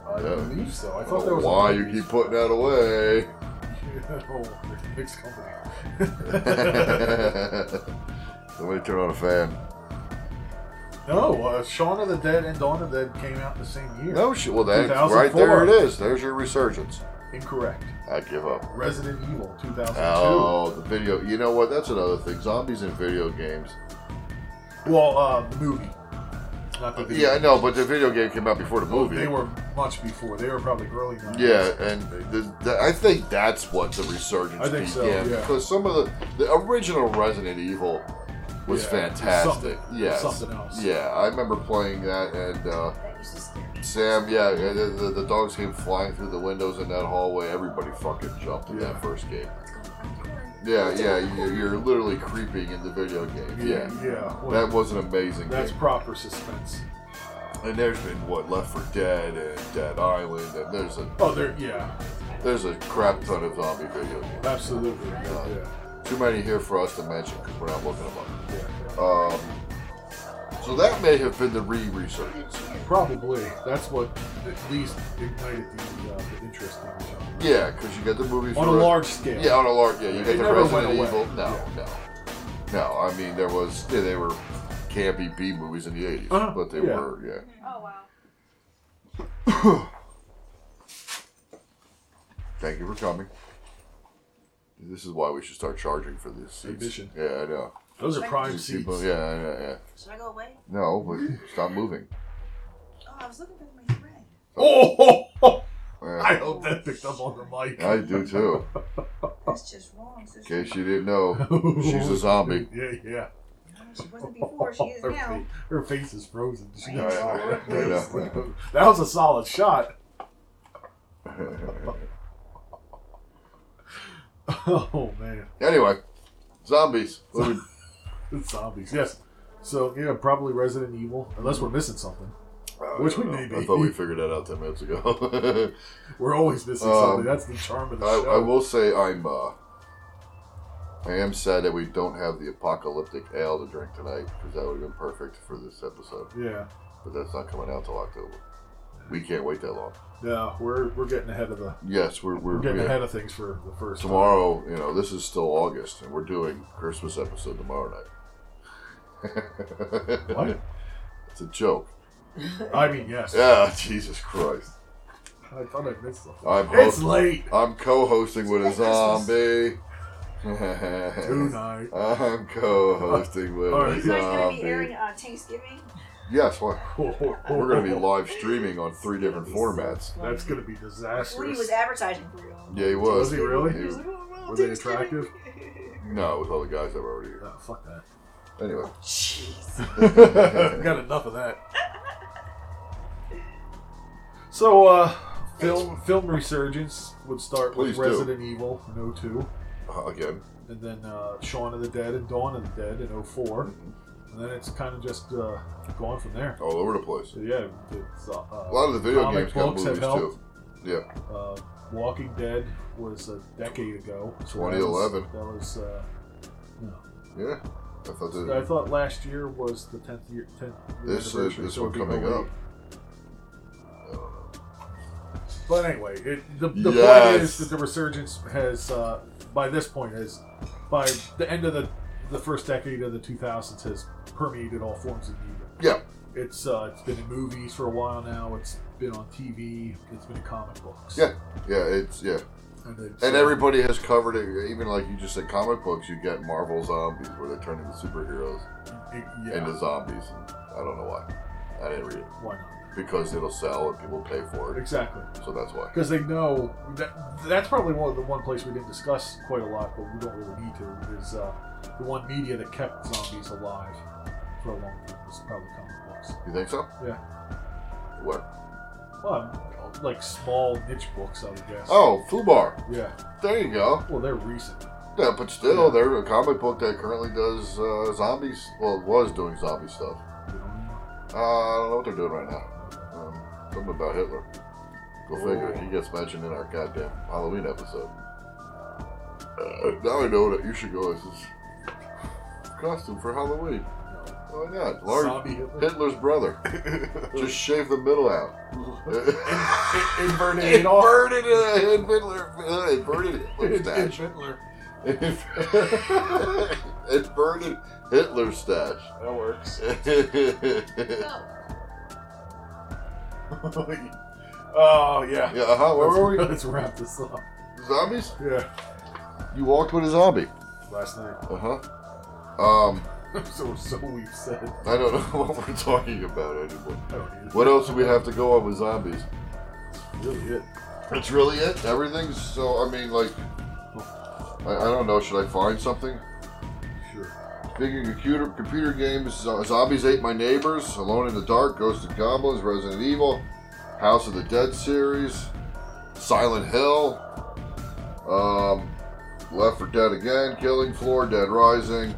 I Yeah. believe so. I don't thought know there was a why you movie. keep putting that away. oh, mixed company. Somebody turn on a fan. No, uh, Shaun of the Dead and Dawn of the Dead came out in the same year. No shit. Well, that's right there. It 2004. is. There's your resurgence. Incorrect. I give up. Resident Evil 2002. Oh, the video. You know what? That's another thing. Zombies in video games. Well, uh, the movie. Not the video. Yeah, I know, but the video game came out before the movie. They were much before. They were probably early 90s. Yeah, and the, the, I think that's what the resurgence I think so, began yeah. because some of the the original Resident Evil was Yeah, fantastic. something- Yeah, something else. Yeah, I remember playing that and. Uh, Sam, yeah, yeah, the, the, the dogs came flying through the windows in that hallway. Everybody fucking jumped in that first game. Yeah, yeah, you're, you're literally creeping in the video game. Yeah, Yeah, well, that was an amazing. That's game. proper suspense. And there's been what Left for Dead and Dead Island, and there's a Oh, there, yeah, there's a crap ton of zombie video games. absolutely. Uh, Yeah. Too many here for us to mention because we're not looking them up. Um, so that may have been the re-resurgence. Probably. That's what at least ignited the, uh, the interest in the show. Yeah, because you got the movies On a for- large scale. Yeah, on a large. Yeah, you It got the never went Resident away. Evil. No, no, no. I mean, there was yeah, they were campy B movies in the 80s Uh-huh, but they yeah. were yeah. Oh wow. Thank you for coming. This is why we should start charging for this. Admission. Yeah, I know. Those are prime These seats. People, yeah, I know, yeah. Should I go away? No, but stop moving. Oh, I was looking for my friend. Oh, ho, ho. Yeah. I hope that picked up on the mic. I do too. That's just wrong. In case you didn't know, she's a zombie. Yeah, yeah. She wasn't before. She is Oh, Her, now. fa- her face is frozen. She Yeah, yeah, yeah, yeah. That was a solid shot. Oh man. anyway, zombies. What we- It's zombies. Yes. So yeah, probably Resident Evil, unless we're missing something, I which we don't may know. be. I thought we figured that out ten minutes ago. We're always missing Um, something. That's the charm of the I, show. I will say I'm. Uh, I am sad that we don't have the apocalyptic ale to drink tonight because that would have been perfect for this episode. Yeah. But that's not coming out till October. We can't wait that long. No, we're we're getting ahead of the Yes, we're we're, we're getting yeah. ahead of things for the first time. tomorrow. You know, this is still August, and we're doing Christmas episode tomorrow night. What? It's a joke. I mean, yes. Yeah, Jesus Christ. I thought I missed something. I'm it's host- late. I'm co-hosting with a zombie. Tonight. I'm co-hosting with All a right. So it's gonna be zombie. airing on Thanksgiving. Yes, well, we're going Oh. to be live streaming on three different formats. That's gonna be Woody disastrous. was advertising for you. Yeah, he Was was. he really? He was- "Oh, Were they attractive? no, with all the guys that were already here. Oh, fuck that. Anyway, Got enough of that. So, uh, film film resurgence would start Please with do. Resident Evil in 02, uh, again, and then uh, Shaun of the Dead and Dawn of the Dead in 4 and then it's kind of just uh, gone from there. all over the place. So yeah, it's, uh, uh, A lot of the video comic games got books have movies too. Yeah, Uh, Walking Dead was a decade ago. So 2011. That was. That was uh, you know, yeah. I thought I that thought last year was the tenth year. 10th year this uh, anniversary, this so one it'd be coming up. 08. But anyway, it, the, the point Yes. is that the resurgence has, uh, by this point, has by the end of the the first decade of the 2000s has permeated all forms of media. Yeah, It's uh, it's been in movies for a while now. It's been on TV. It's been in comic books. yeah, yeah. It's yeah. and, it's, And uh, everybody has covered it. Even like you just said, comic books, you get Marvel zombies where they turn into superheroes it- yeah, into zombies. And I don't know why. I didn't read it why not? because it'll sell and people pay for it. Exactly. So that's why. because they know that that's probably one of the one place we didn't discuss quite a lot, but we don't really need to is uh, the one media that kept zombies alive for a long time was probably comic books. You think so? Yeah, What? well, like small niche books, I would guess. Oh, Fubar. yeah. There you go. Well, they're recent. Yeah, but still, they're a comic book that currently does uh, zombies. Well, was doing zombie stuff. You know? Uh, I don't know what they're doing right now. Um, something about Hitler. Go figure. He gets mentioned in our goddamn Halloween episode. Uh, now I know that you should go as his costume for Halloween. Why not? Large Zombie Hitler. Hitler's brother. Just shave the middle out. Inverted Adolf. inverted uh, Hitler. uh, Inverted Hitler It's- it's stash. Hitler. and burning Hitler's stash. That works. oh yeah. Yeah. Uh-huh, where Let's- were we? Let's wrap this up. Zombies? Yeah. You walked with a zombie. Last night. Uh huh. Um, so so we've said. Oh, I don't know what we're talking about anymore. I don't either. What else do we have to go on with zombies? Really it. That's really it. Everything's so. I mean, like, I, I don't know. Should I find something? Sure. Speaking of computer computer games, uh, zombies ate my neighbors. Alone in the dark, Ghosts and Goblins, Resident Evil, House of the Dead series, Silent Hill, um, Left for Dead again, Killing Floor, Dead Rising.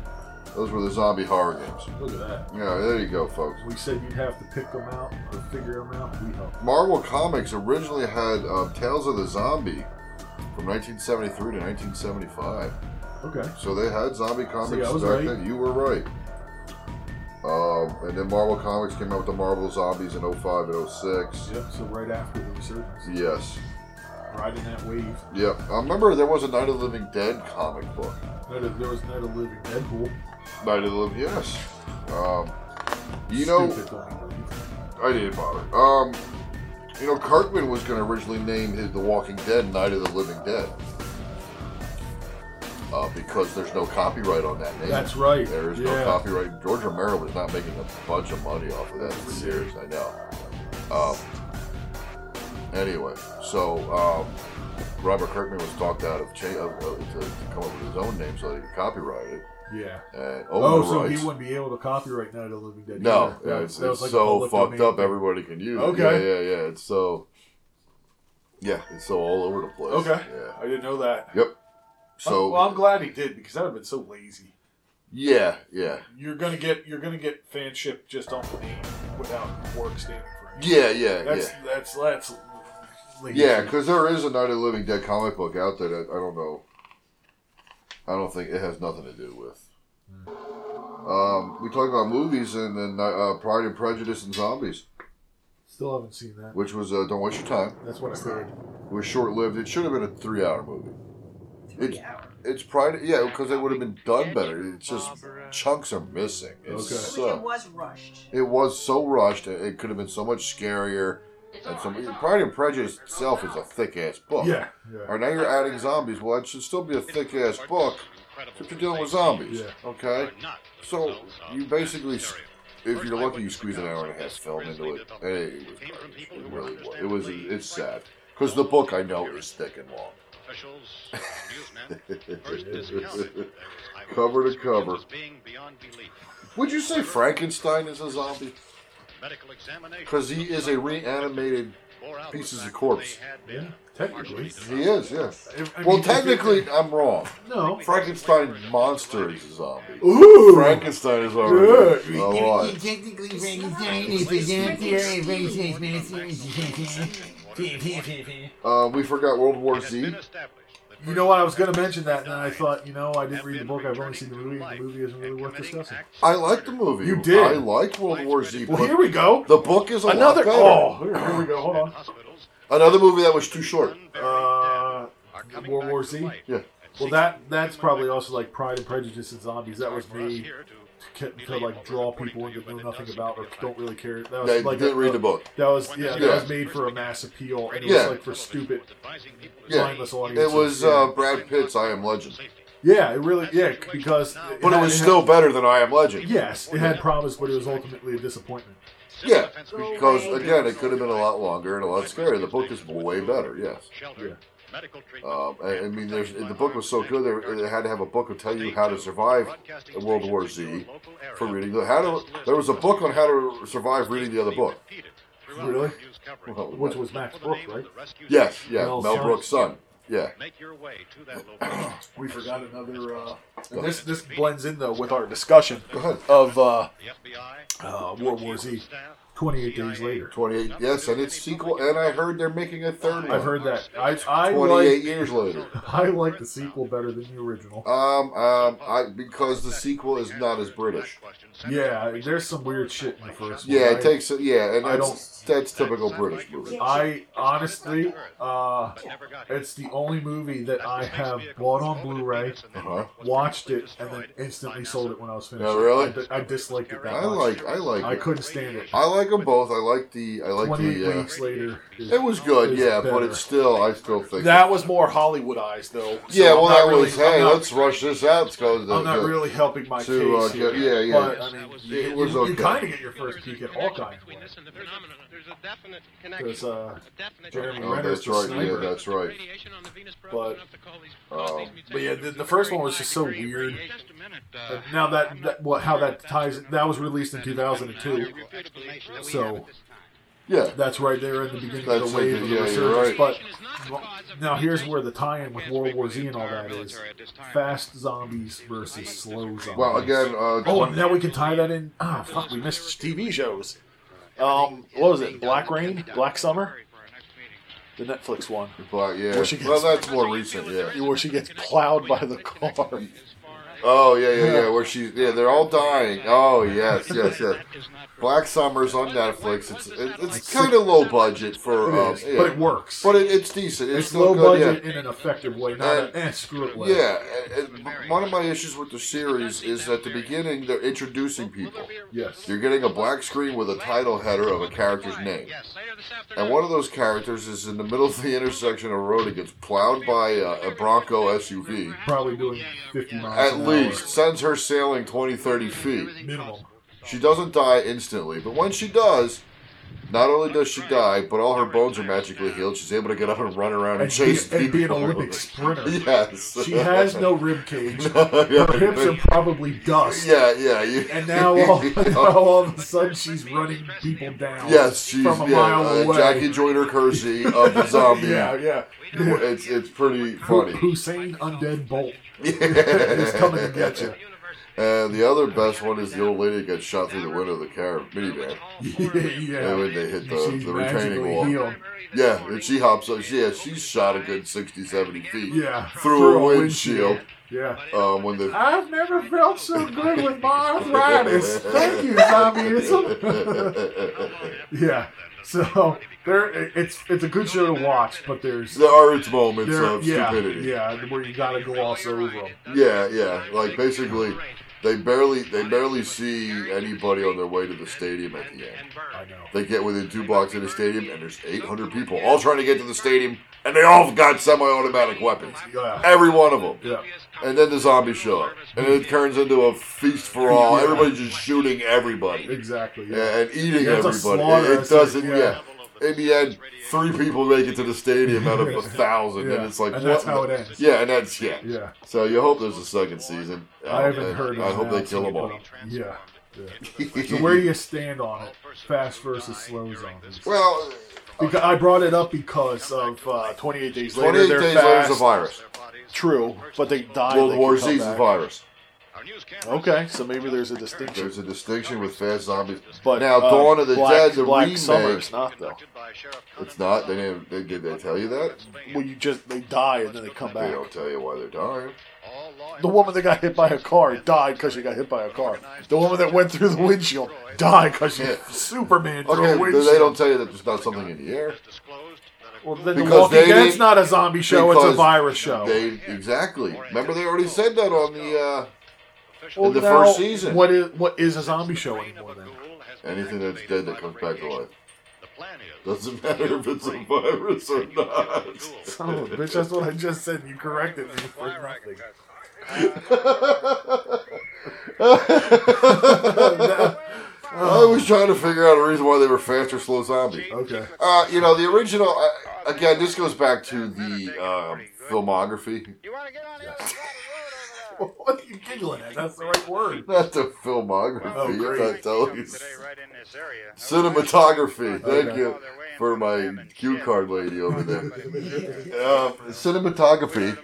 Those were the zombie horror games. Look at that. Yeah, there you go, folks. We said you'd have to pick them out or figure them out. We helped. Marvel Comics originally had um, Tales of the Zombie from 1973 to 1975. Okay. So they had zombie comics I was back right. then. You were right. Um, and then Marvel Comics came out with the Marvel Zombies in 05 and 06. Yep. So right after the resurgence, Yes. riding that wave. Yep. I remember there was a Night of the Living Dead comic book. Night of- There was not a living Deadpool. Night of the Living Yes. Um, you know, Stupid thing. I didn't bother. Um, you know, Kirkman was going to originally name his The Walking Dead Night of the Living Dead. Uh, because there's no copyright on that name. That's right. There is Yeah. no copyright. George Romero was not making a bunch of money off of that for years. I know. Um, anyway, so um, Robert Kirkman was talked out of, cha- of, of to, to come up with his own name so they could copyright it. Yeah. And oh, own the so rights. he wouldn't be able to copyright Night of the Living Dead. No, either. yeah, That it's, that it's like a public so fucked domain up. thing. Everybody can use it. Okay. Yeah, yeah, yeah. It's so. Yeah, it's so all over the place. Okay. Yeah. I didn't know that. Yep. So. well, I'm glad he did because I'd have been so lazy. yeah, yeah, You're gonna get you're gonna get fanship just on the name without work standing for it. yeah, yeah, That's yeah. that's that's lazy. Yeah, because there is a Night of the Living Dead comic book out there that I don't know. I don't think it has nothing to do with. Um, we talked about movies and then uh, Pride and Prejudice and Zombies, Still haven't seen that. which was uh, Don't Waste Your Time. That's what I heard. It was short lived. It should have been a three hour movie. It's, it's Pride, yeah, because it would have been done better. It's just chunks are missing. It's Okay. It so, was rushed. it was so rushed. It it could have been so much scarier. And so, Pride and Prejudice itself is a thick ass book. Yeah, yeah. Or now you're adding zombies. Well, it should still be a thick ass book. If you're dealing with zombies, Yeah. okay. So you basically, s- if you're lucky, you squeeze an hour and a half film into it. And it was garbage. It really was. It was. e, It's sad because the book I know is thick and long. cover to cover. Would you say Frankenstein is a zombie? Because he is a reanimated pieces of corpse. Technically. He is, yeah. I well, mean, technically, I'm wrong. No. Frankenstein monster is a zombie. Ooh. Frankenstein is already a lot. Technically, Frankenstein is a zombie. Frankenstein is Uh, we forgot World War Z. You know what? I was going to mention that, and then I thought, you know, I didn't read the book. I've only seen the movie, and the movie isn't really worth discussing. I like the movie. You did. I like World War Z. Well, but here we go. The book is a Another. lot better. Oh, here, here we go. Hold on. Another movie that was too short. Uh, World War Z. Yeah. Well, that that's probably also like Pride and Prejudice and Zombies. That was me to, ca- to like draw people in that know nothing about or don't really care. That was They like didn't a- read the book. That was yeah. That Yeah. was made for a mass appeal, and it Yeah. was like for stupid, Yeah. mindless audiences. It was yeah. uh, Brad Pitt's I Am Legend. yeah, it really yeah because But it had- was had- still better than I Am Legend. Yes, it had promise, but it was ultimately a disappointment. Yeah. Because, again, it could have been a lot longer and a lot scarier. The book is way better, yes. Um, I, I mean, there's, the book was so good there- they had to have a book to tell you how to survive World War Z for reading the how to. There was a book on how to survive reading the other book. Really? Well, Which was Max Brooks, right? Yes, yeah, Mel Mel Brooks. Brooks' son. Yeah, We forgot another. Uh, and this this blends in though with our discussion of uh, uh, World War Z 28 days later. 28. Yes, and it's sequel. And I heard they're making a third one. I've heard that. I, I 28 like, years later. I like the sequel better than the original. Um, um, I because the sequel is not as British. Yeah, there's some weird shit in the first one. Yeah, I- it takes. Yeah, and I that's that's typical British movie. I honestly, uh, it's the only movie that I have bought on Blu-ray, Uh-huh. watched it, and then instantly sold it when I was finished. Oh, really? I, di- I disliked it that I much. like. I like. I it. couldn't stand it. I like them both. I like the. I like 28 the. Uh, weeks later. is- it was good. is Yeah, but better. it's still. I still think. That was more Hollywoodized, though. so yeah, well, I'm not that was. really- I'm Hey, not- let's rush this out. Let's go. To the, I'm not really helping my to, uh, case. here, get- yeah, yeah. But, I mean, you, It was you, okay. kind of get your first peek at Hawkeye. Because uh, Jeremy Oh, Renner's that's the right. Yeah, sniper. that's right. but Um, But yeah, the, the first one was just so weird. uh, And now that, that what how that ties that was released in 2002, so Yeah. that's right there in the beginning of That's the wave it, of the yeah, you're resurgence. right. But well, now here's where the tie-in with World War Z and all that is: fast zombies versus slow zombies. Well, again, uh, oh, and now we can tie that in. Ah, fuck, we missed TV shows. Um, what was it? Black Rain, Black Summer, the Netflix one. But yeah. Where she Well, gets- that's more recent. Yeah. where she gets plowed by the car. Oh yeah, yeah, yeah. Where she's yeah, they're all dying. Oh yes, yes, yes. Black Summer's on Netflix. It's it, it's kind of low budget for, It um, is, yeah. but it works. But it, it's decent. It's, It's still low good, budget yeah. in an effective way, not a eh, screw it way. Yeah, and- and one of my issues with the series is at the beginning they're introducing people. Yes. You're getting a black screen with a title header of a character's name. And one of those characters is in the middle of the intersection of a road and gets plowed by a, a Bronco SUV. Probably doing 50 miles At an least sends her sailing 20, 30 feet. hour. minimum. She doesn't die instantly, but when she does, not only does she die, but all her bones are magically healed. She's able to get up and run around and, And be, chase and be an people. Olympic sprinter. Yes. She has no rib cage. yeah, Her hips are but- probably dust. Yeah, yeah. You, And now all, now all of a sudden she's running people down. Yes, she's from a yeah, mile uh, away. Jackie Joyner Kersey of the zombie. Yeah, yeah. It's it's pretty Hu- funny. Hussein Undead Bolt is coming to get you. And the other best one is the old lady that got shot through the window of the car minivan. yeah. And when they hit the, She's the retaining magically wall. healed. Yeah, and she hops up. She, yeah, she's shot a good 60, 70 feet. Yeah, Through, through a a windshield. windshield. Yeah. Um, when the I've never felt so good with my arthritis. Thank you, zombieism. yeah. So there, it's it's a good show to watch, but there's there are its moments there- of yeah, stupidity. yeah, where you gotta gloss over them. Yeah, yeah. Like basically, they barely they barely see anybody on their way to the stadium at the end. They get within two blocks of the stadium, and there's 800 people all trying to get to the stadium, and they all got semi-automatic weapons. Yeah. Every one of them. Yeah. And then the zombies show up, and it turns into a feast for all. Everybody's just shooting everybody Exactly. yeah, and eating That's a everybody. slaughter, It, I it see, doesn't. yeah. Yeah. In the end, three people make it to the stadium out of a thousand, Yeah, and it's like and that's what how the- it ends. Yeah, and that's yeah. Yeah. So you hope there's a second season. I haven't and heard of I it hope now, they kill them all. Yeah. yeah. so where do you stand on it? Fast versus slow zombies. Well, because I brought it up because of uh, 28 days later. 28 they're days fast. later is a virus. True, but they died. World they War can come Z is a back. virus. Okay, so maybe there's a distinction. There's a distinction with fast zombies. But now, uh, Dawn of the Black, Dead, the Black remake, Summer is not though. it's not. They didn't. They, did they tell you that? Well, you just they die and then they come They back. don't tell you why they're dying. The woman that got hit by a car died because she got hit by a car. The woman that went through the windshield died because she Superman through Okay, a but windshield. they don't tell you that there's not something in the air. Well, then the Because Walking they Dead's didn't- not a zombie show; it's a because virus show. They exactly. Remember, they already said that on the uh, Well, in the now, first season. what is what is a zombie show anymore then? Anything that's dead that comes back to life. Doesn't matter if it's a virus or not. Son of a bitch, that's what I just said. You corrected me for nothing. I was trying to figure out a reason why they were fast or slow zombie. Okay. Uh, you know, the original. Uh, again, this goes back to the uh, filmography. What are you giggling at? That's the right word. Not the filmography. Oh, great. I'm not telling you. Cinematography. Thank Okay. you for my cue card lady over there. Uh, cinematography.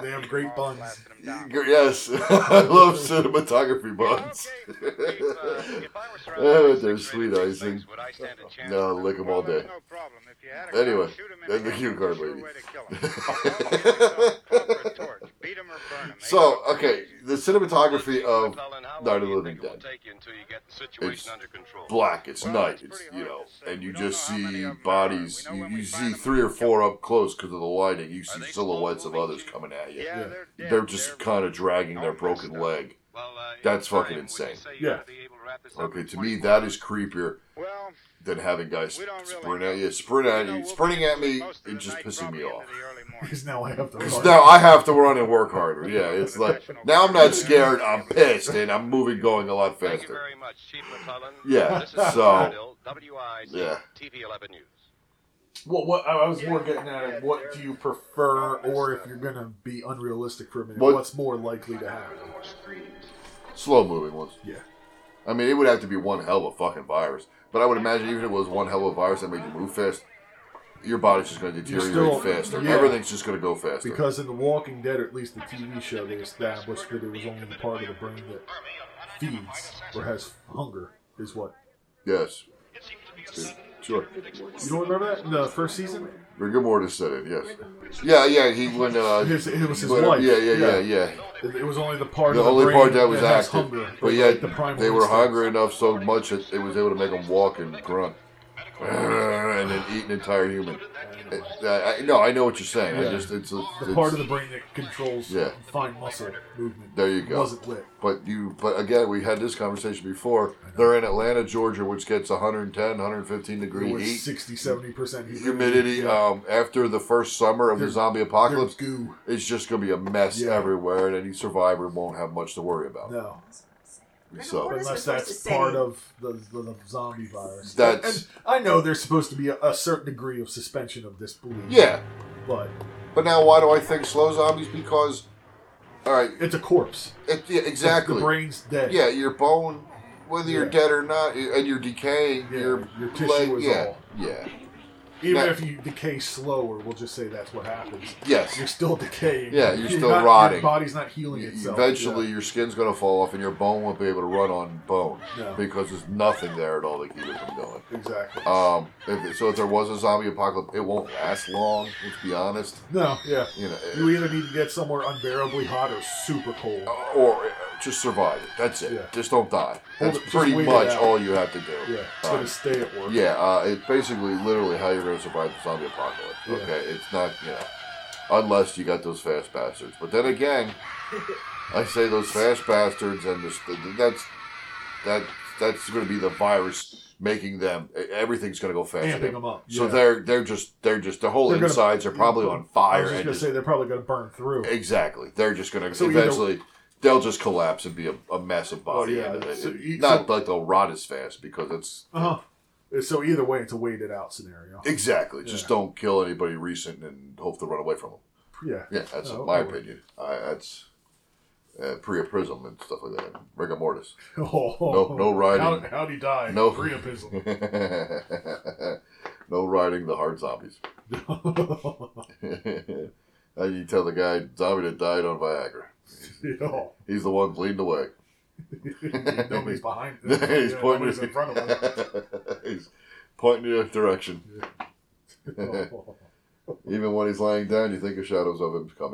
they have great buns. Yes, I love cinematography buns. oh, they're sweet icing. No, lick them all day. Anyway, that's the cue card lady. so, okay, the cinematography of Night of the Living Dead. It's black. It's night. It's you know, and you just see bodies. You, you see three or four up close because of the lighting. You see silhouettes of others coming at you. They're just kind of dragging their broken leg. uh, That's fucking insane. Yeah. Okay, to me that is creepier than having guys sprint at you, sprint at you, sprinting at me, and just pissing me off. Because now I have to. Because run. now I have to run and work harder. Yeah, it's like now I'm not scared. I'm pissed, and I'm moving, going a lot faster. Yeah. So. Yeah. What, what I I was more getting at it, what do you prefer, or if you're gonna be unrealistic for a minute, What- what's more likely to happen? slow moving ones. Yeah. I mean, it would have to be one hell of a fucking virus. But I would imagine even if it was one hell of a virus that made you move fast, your body's just going to You're deteriorate still- faster. yeah. Everything's just going to go faster. Because in The Walking Dead, or at least the TV show, they established that it was only the part of the brain that feeds or has hunger is what. yes. Sure. You don't remember that in the first season? Rigor mortis said it, yes. Yeah, yeah, he went, uh... His- it was his went- wife. Yeah, yeah, yeah, yeah. Yeah. It it was only the part the of the only brain part that was has active. hunger, but like yet, the primal they were instinct. hungry enough so much that it was able to make them walk and grunt. And then eat an entire human. Uh, I, no, I know what you're saying. I Yeah. just, it's... A, the it's- part of the brain that controls Yeah. fine muscle movement. There you go. Wasn't lit. But you, but again, we had this conversation before. They're in Atlanta, Georgia, which gets 110, 115 It degree was heat, 60, 70 percent humidity. Um, after the first summer of the They're- zombie apocalypse, they're goo. it's just gonna be a mess Yeah. everywhere, and any survivor won't have much to worry about. No. So Unless that's part of the, the, the zombie virus. That's- and I know there's supposed to be a, a certain degree of suspension of disbelief. Yeah. But But now, why do I think slow zombies? Because, all right, it's a corpse. It, yeah, exactly. The brain's dead. Yeah, your bone, whether you're Yeah. dead or not, and you're decaying, your your tissue leg- is yeah, all- yeah. Even Now- if you decay slower, we'll just say that's what happens. Yes. You're still decaying. Yeah, you're still not- rotting. Your body's not healing itself. Eventually, your skin's going to fall off, and your bone won't be able to run on bone No. because there's nothing there at all to keep it from going. Exactly. Um, if, so if there was a zombie apocalypse, it won't last long. Let's be honest. No, yeah. You know, You either need to get somewhere unbearably hot or super cold. or uh, just survive it. That's it. Yeah. Just don't die. Hold That's it- just pretty wait it much out. all you have to do. Yeah, it's gonna stay at work. uh, Yeah, uh, it's basically literally how you're going to survive the zombie apocalypse. Yeah. Okay, it's not you know, unless you got those fast bastards. But then again, I say those fast bastards, and this, that's that that's going to be the virus making them. e, Everything's going to go faster. Amping 'em up, So yeah. they're they're just they're just the whole They're gonna- insides are probably on I fire. was just and gonna just- say they're probably gonna burn through. Exactly. They're just going to So either- eventually. They'll just collapse and be a, a massive Oh, body. yeah. and- and- So you- not like they'll rot as fast because it's Uh huh. So either way, it's a waited out scenario. exactly. Just don't kill anybody recent and hope to run away from them. Yeah. yeah. That's Oh, my okay. opinion. I, that's uh, priapism and stuff like that. Rigor mortis. Oh. no, no riding. How- how'd he die? No Priapism. no riding the hard zombies. Now you tell the guy zombie that died on Viagra. Yeah. He's the one leaned away. Nobody's behind He's them. Yeah, pointing nobody's in front of he's pointing in a direction. Oh. Even when he's lying down, you think of shadows of him coming.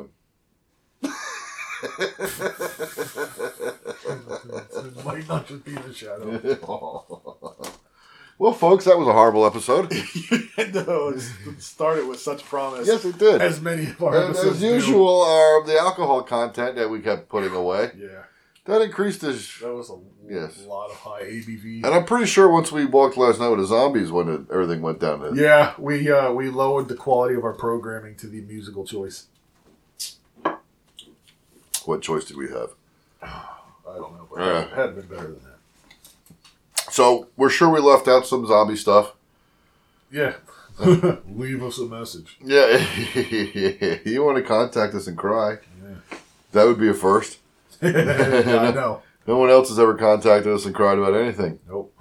it might not just be the shadow. well, folks, that was a horrible episode. no, it's- it started with such promise. yes, it did. As many of our And episodes as do. usual, our, the alcohol content that we kept putting away. Yeah. That increased his. That was a Yes. lot of high ABV. And I'm pretty sure once we walked last night with the zombies, when it, everything went down. To, Yeah, we uh, we lowered the quality of our programming to the musical choice. What choice did we have? I don't know, but Yeah. it had been better than that. So we're sure we left out some zombie stuff. Yeah, leave us a message. Yeah, you want to contact us and cry? That would be a first. I know. No one else has ever contacted us and cried about anything. Nope.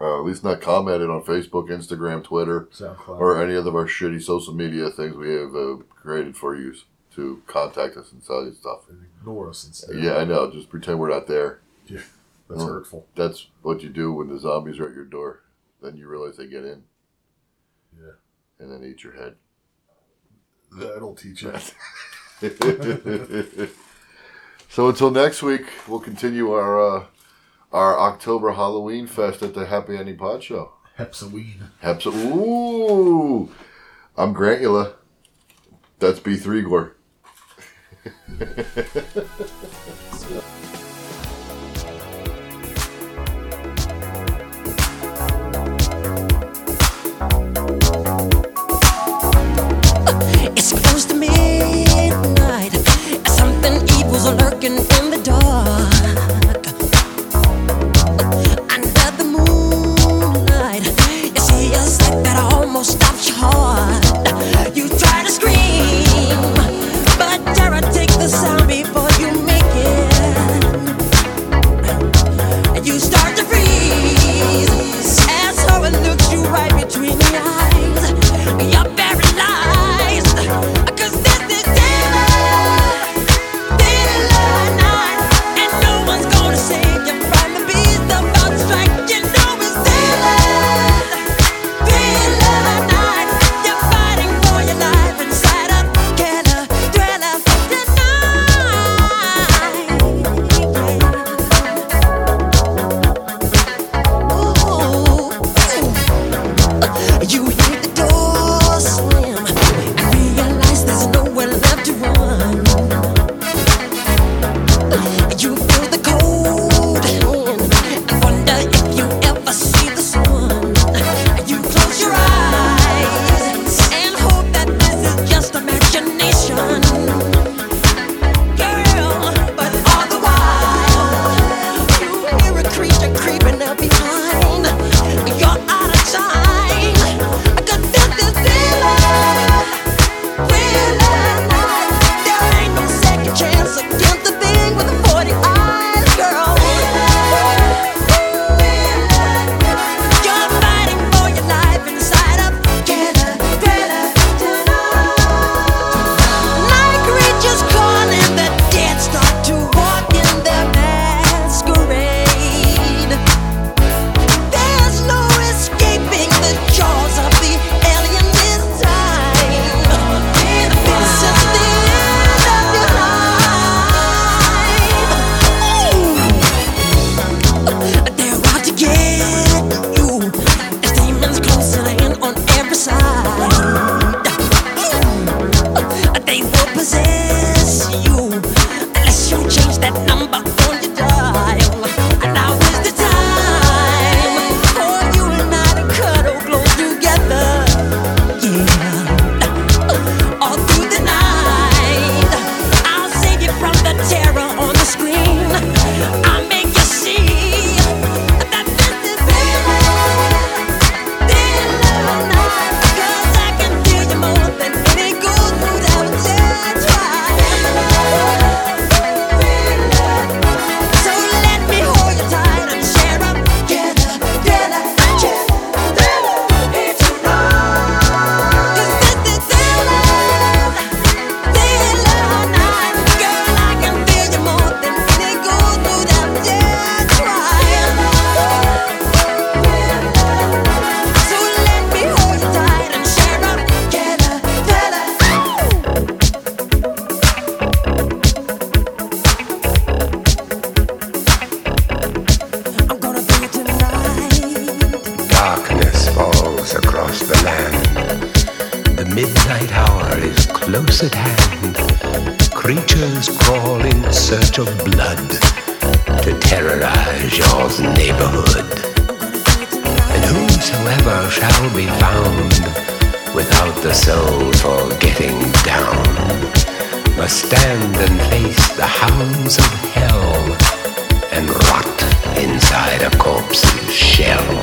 Uh, at least not commented on Facebook, Instagram, Twitter, SoundCloud. or any other of our shitty social media things we have uh, created for use. to contact us and sell you stuff. Ignore us instead. Yeah, Mm. I know. Just pretend we're not there. Yeah, that's Well, hurtful. That's what you do when the zombies are at your door. Then you realize they get in. Yeah. And then eat your head. That'll teach us. so until next week, we'll continue our uh, our October Halloween fest at the Happy Ending Pod Show. Hepsoween. Haps- Ooh, I'm Grantula. That's B3 Gore. It's close to midnight. Something evil's lurking in the dark. Under the moonlight, you see a sight that almost stops your heart. You try to scream, but terror takes the sound before you make it. And you start to freeze as horror looks you right between the eyes. You're paralyzed. 'Cause this is dealer, dealer night. And no one's gonna save you from the beast about to strike. You know it's dealer, dealer night. You're fighting for your life inside a killer thriller tonight. You hear the door slam and realize there's nowhere left to run. You feel the cold hand and wonder if you ever see the sun. You close your eyes and hope that this is just imagination, girl. But all the while, you hear a creature creeping up behind. You're out of time. 'Cause this is thriller, thriller night. There ain't no second chance against the thing with the 40 eyes, girl. You're fighting for your life inside a killer thriller tonight. Night creatures calling, the dead start to walk in their masquerade. There's no escaping the jaws of the alien this time. This is the end of your life. They're out to get you. There's demons closing in on every side. They will possess you unless you change that number on your dial. Now is the time for you and I to cuddle close together. Yeah. All through the night, I'll save you from the terror on the screen. I'll make you see that this is real. Darkness falls across the land. The midnight hour is close at hand. Creatures crawl in search of blood to terrorize your neighborhood. And whosoever shall be found without the soul for getting down must stand and face the hounds of hell and rot inside a corpse's shell.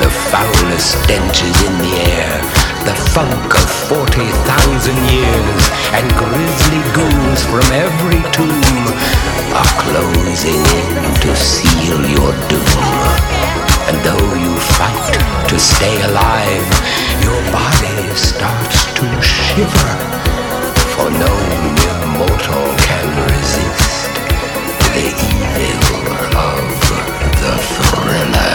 The foulest stenches in the air, the funk of 40,000 years, and grisly goons from every tomb are closing in to seal your doom. And though you fight to stay alive, your body starts to shiver, for no mere mortal can resist the evil of the thriller.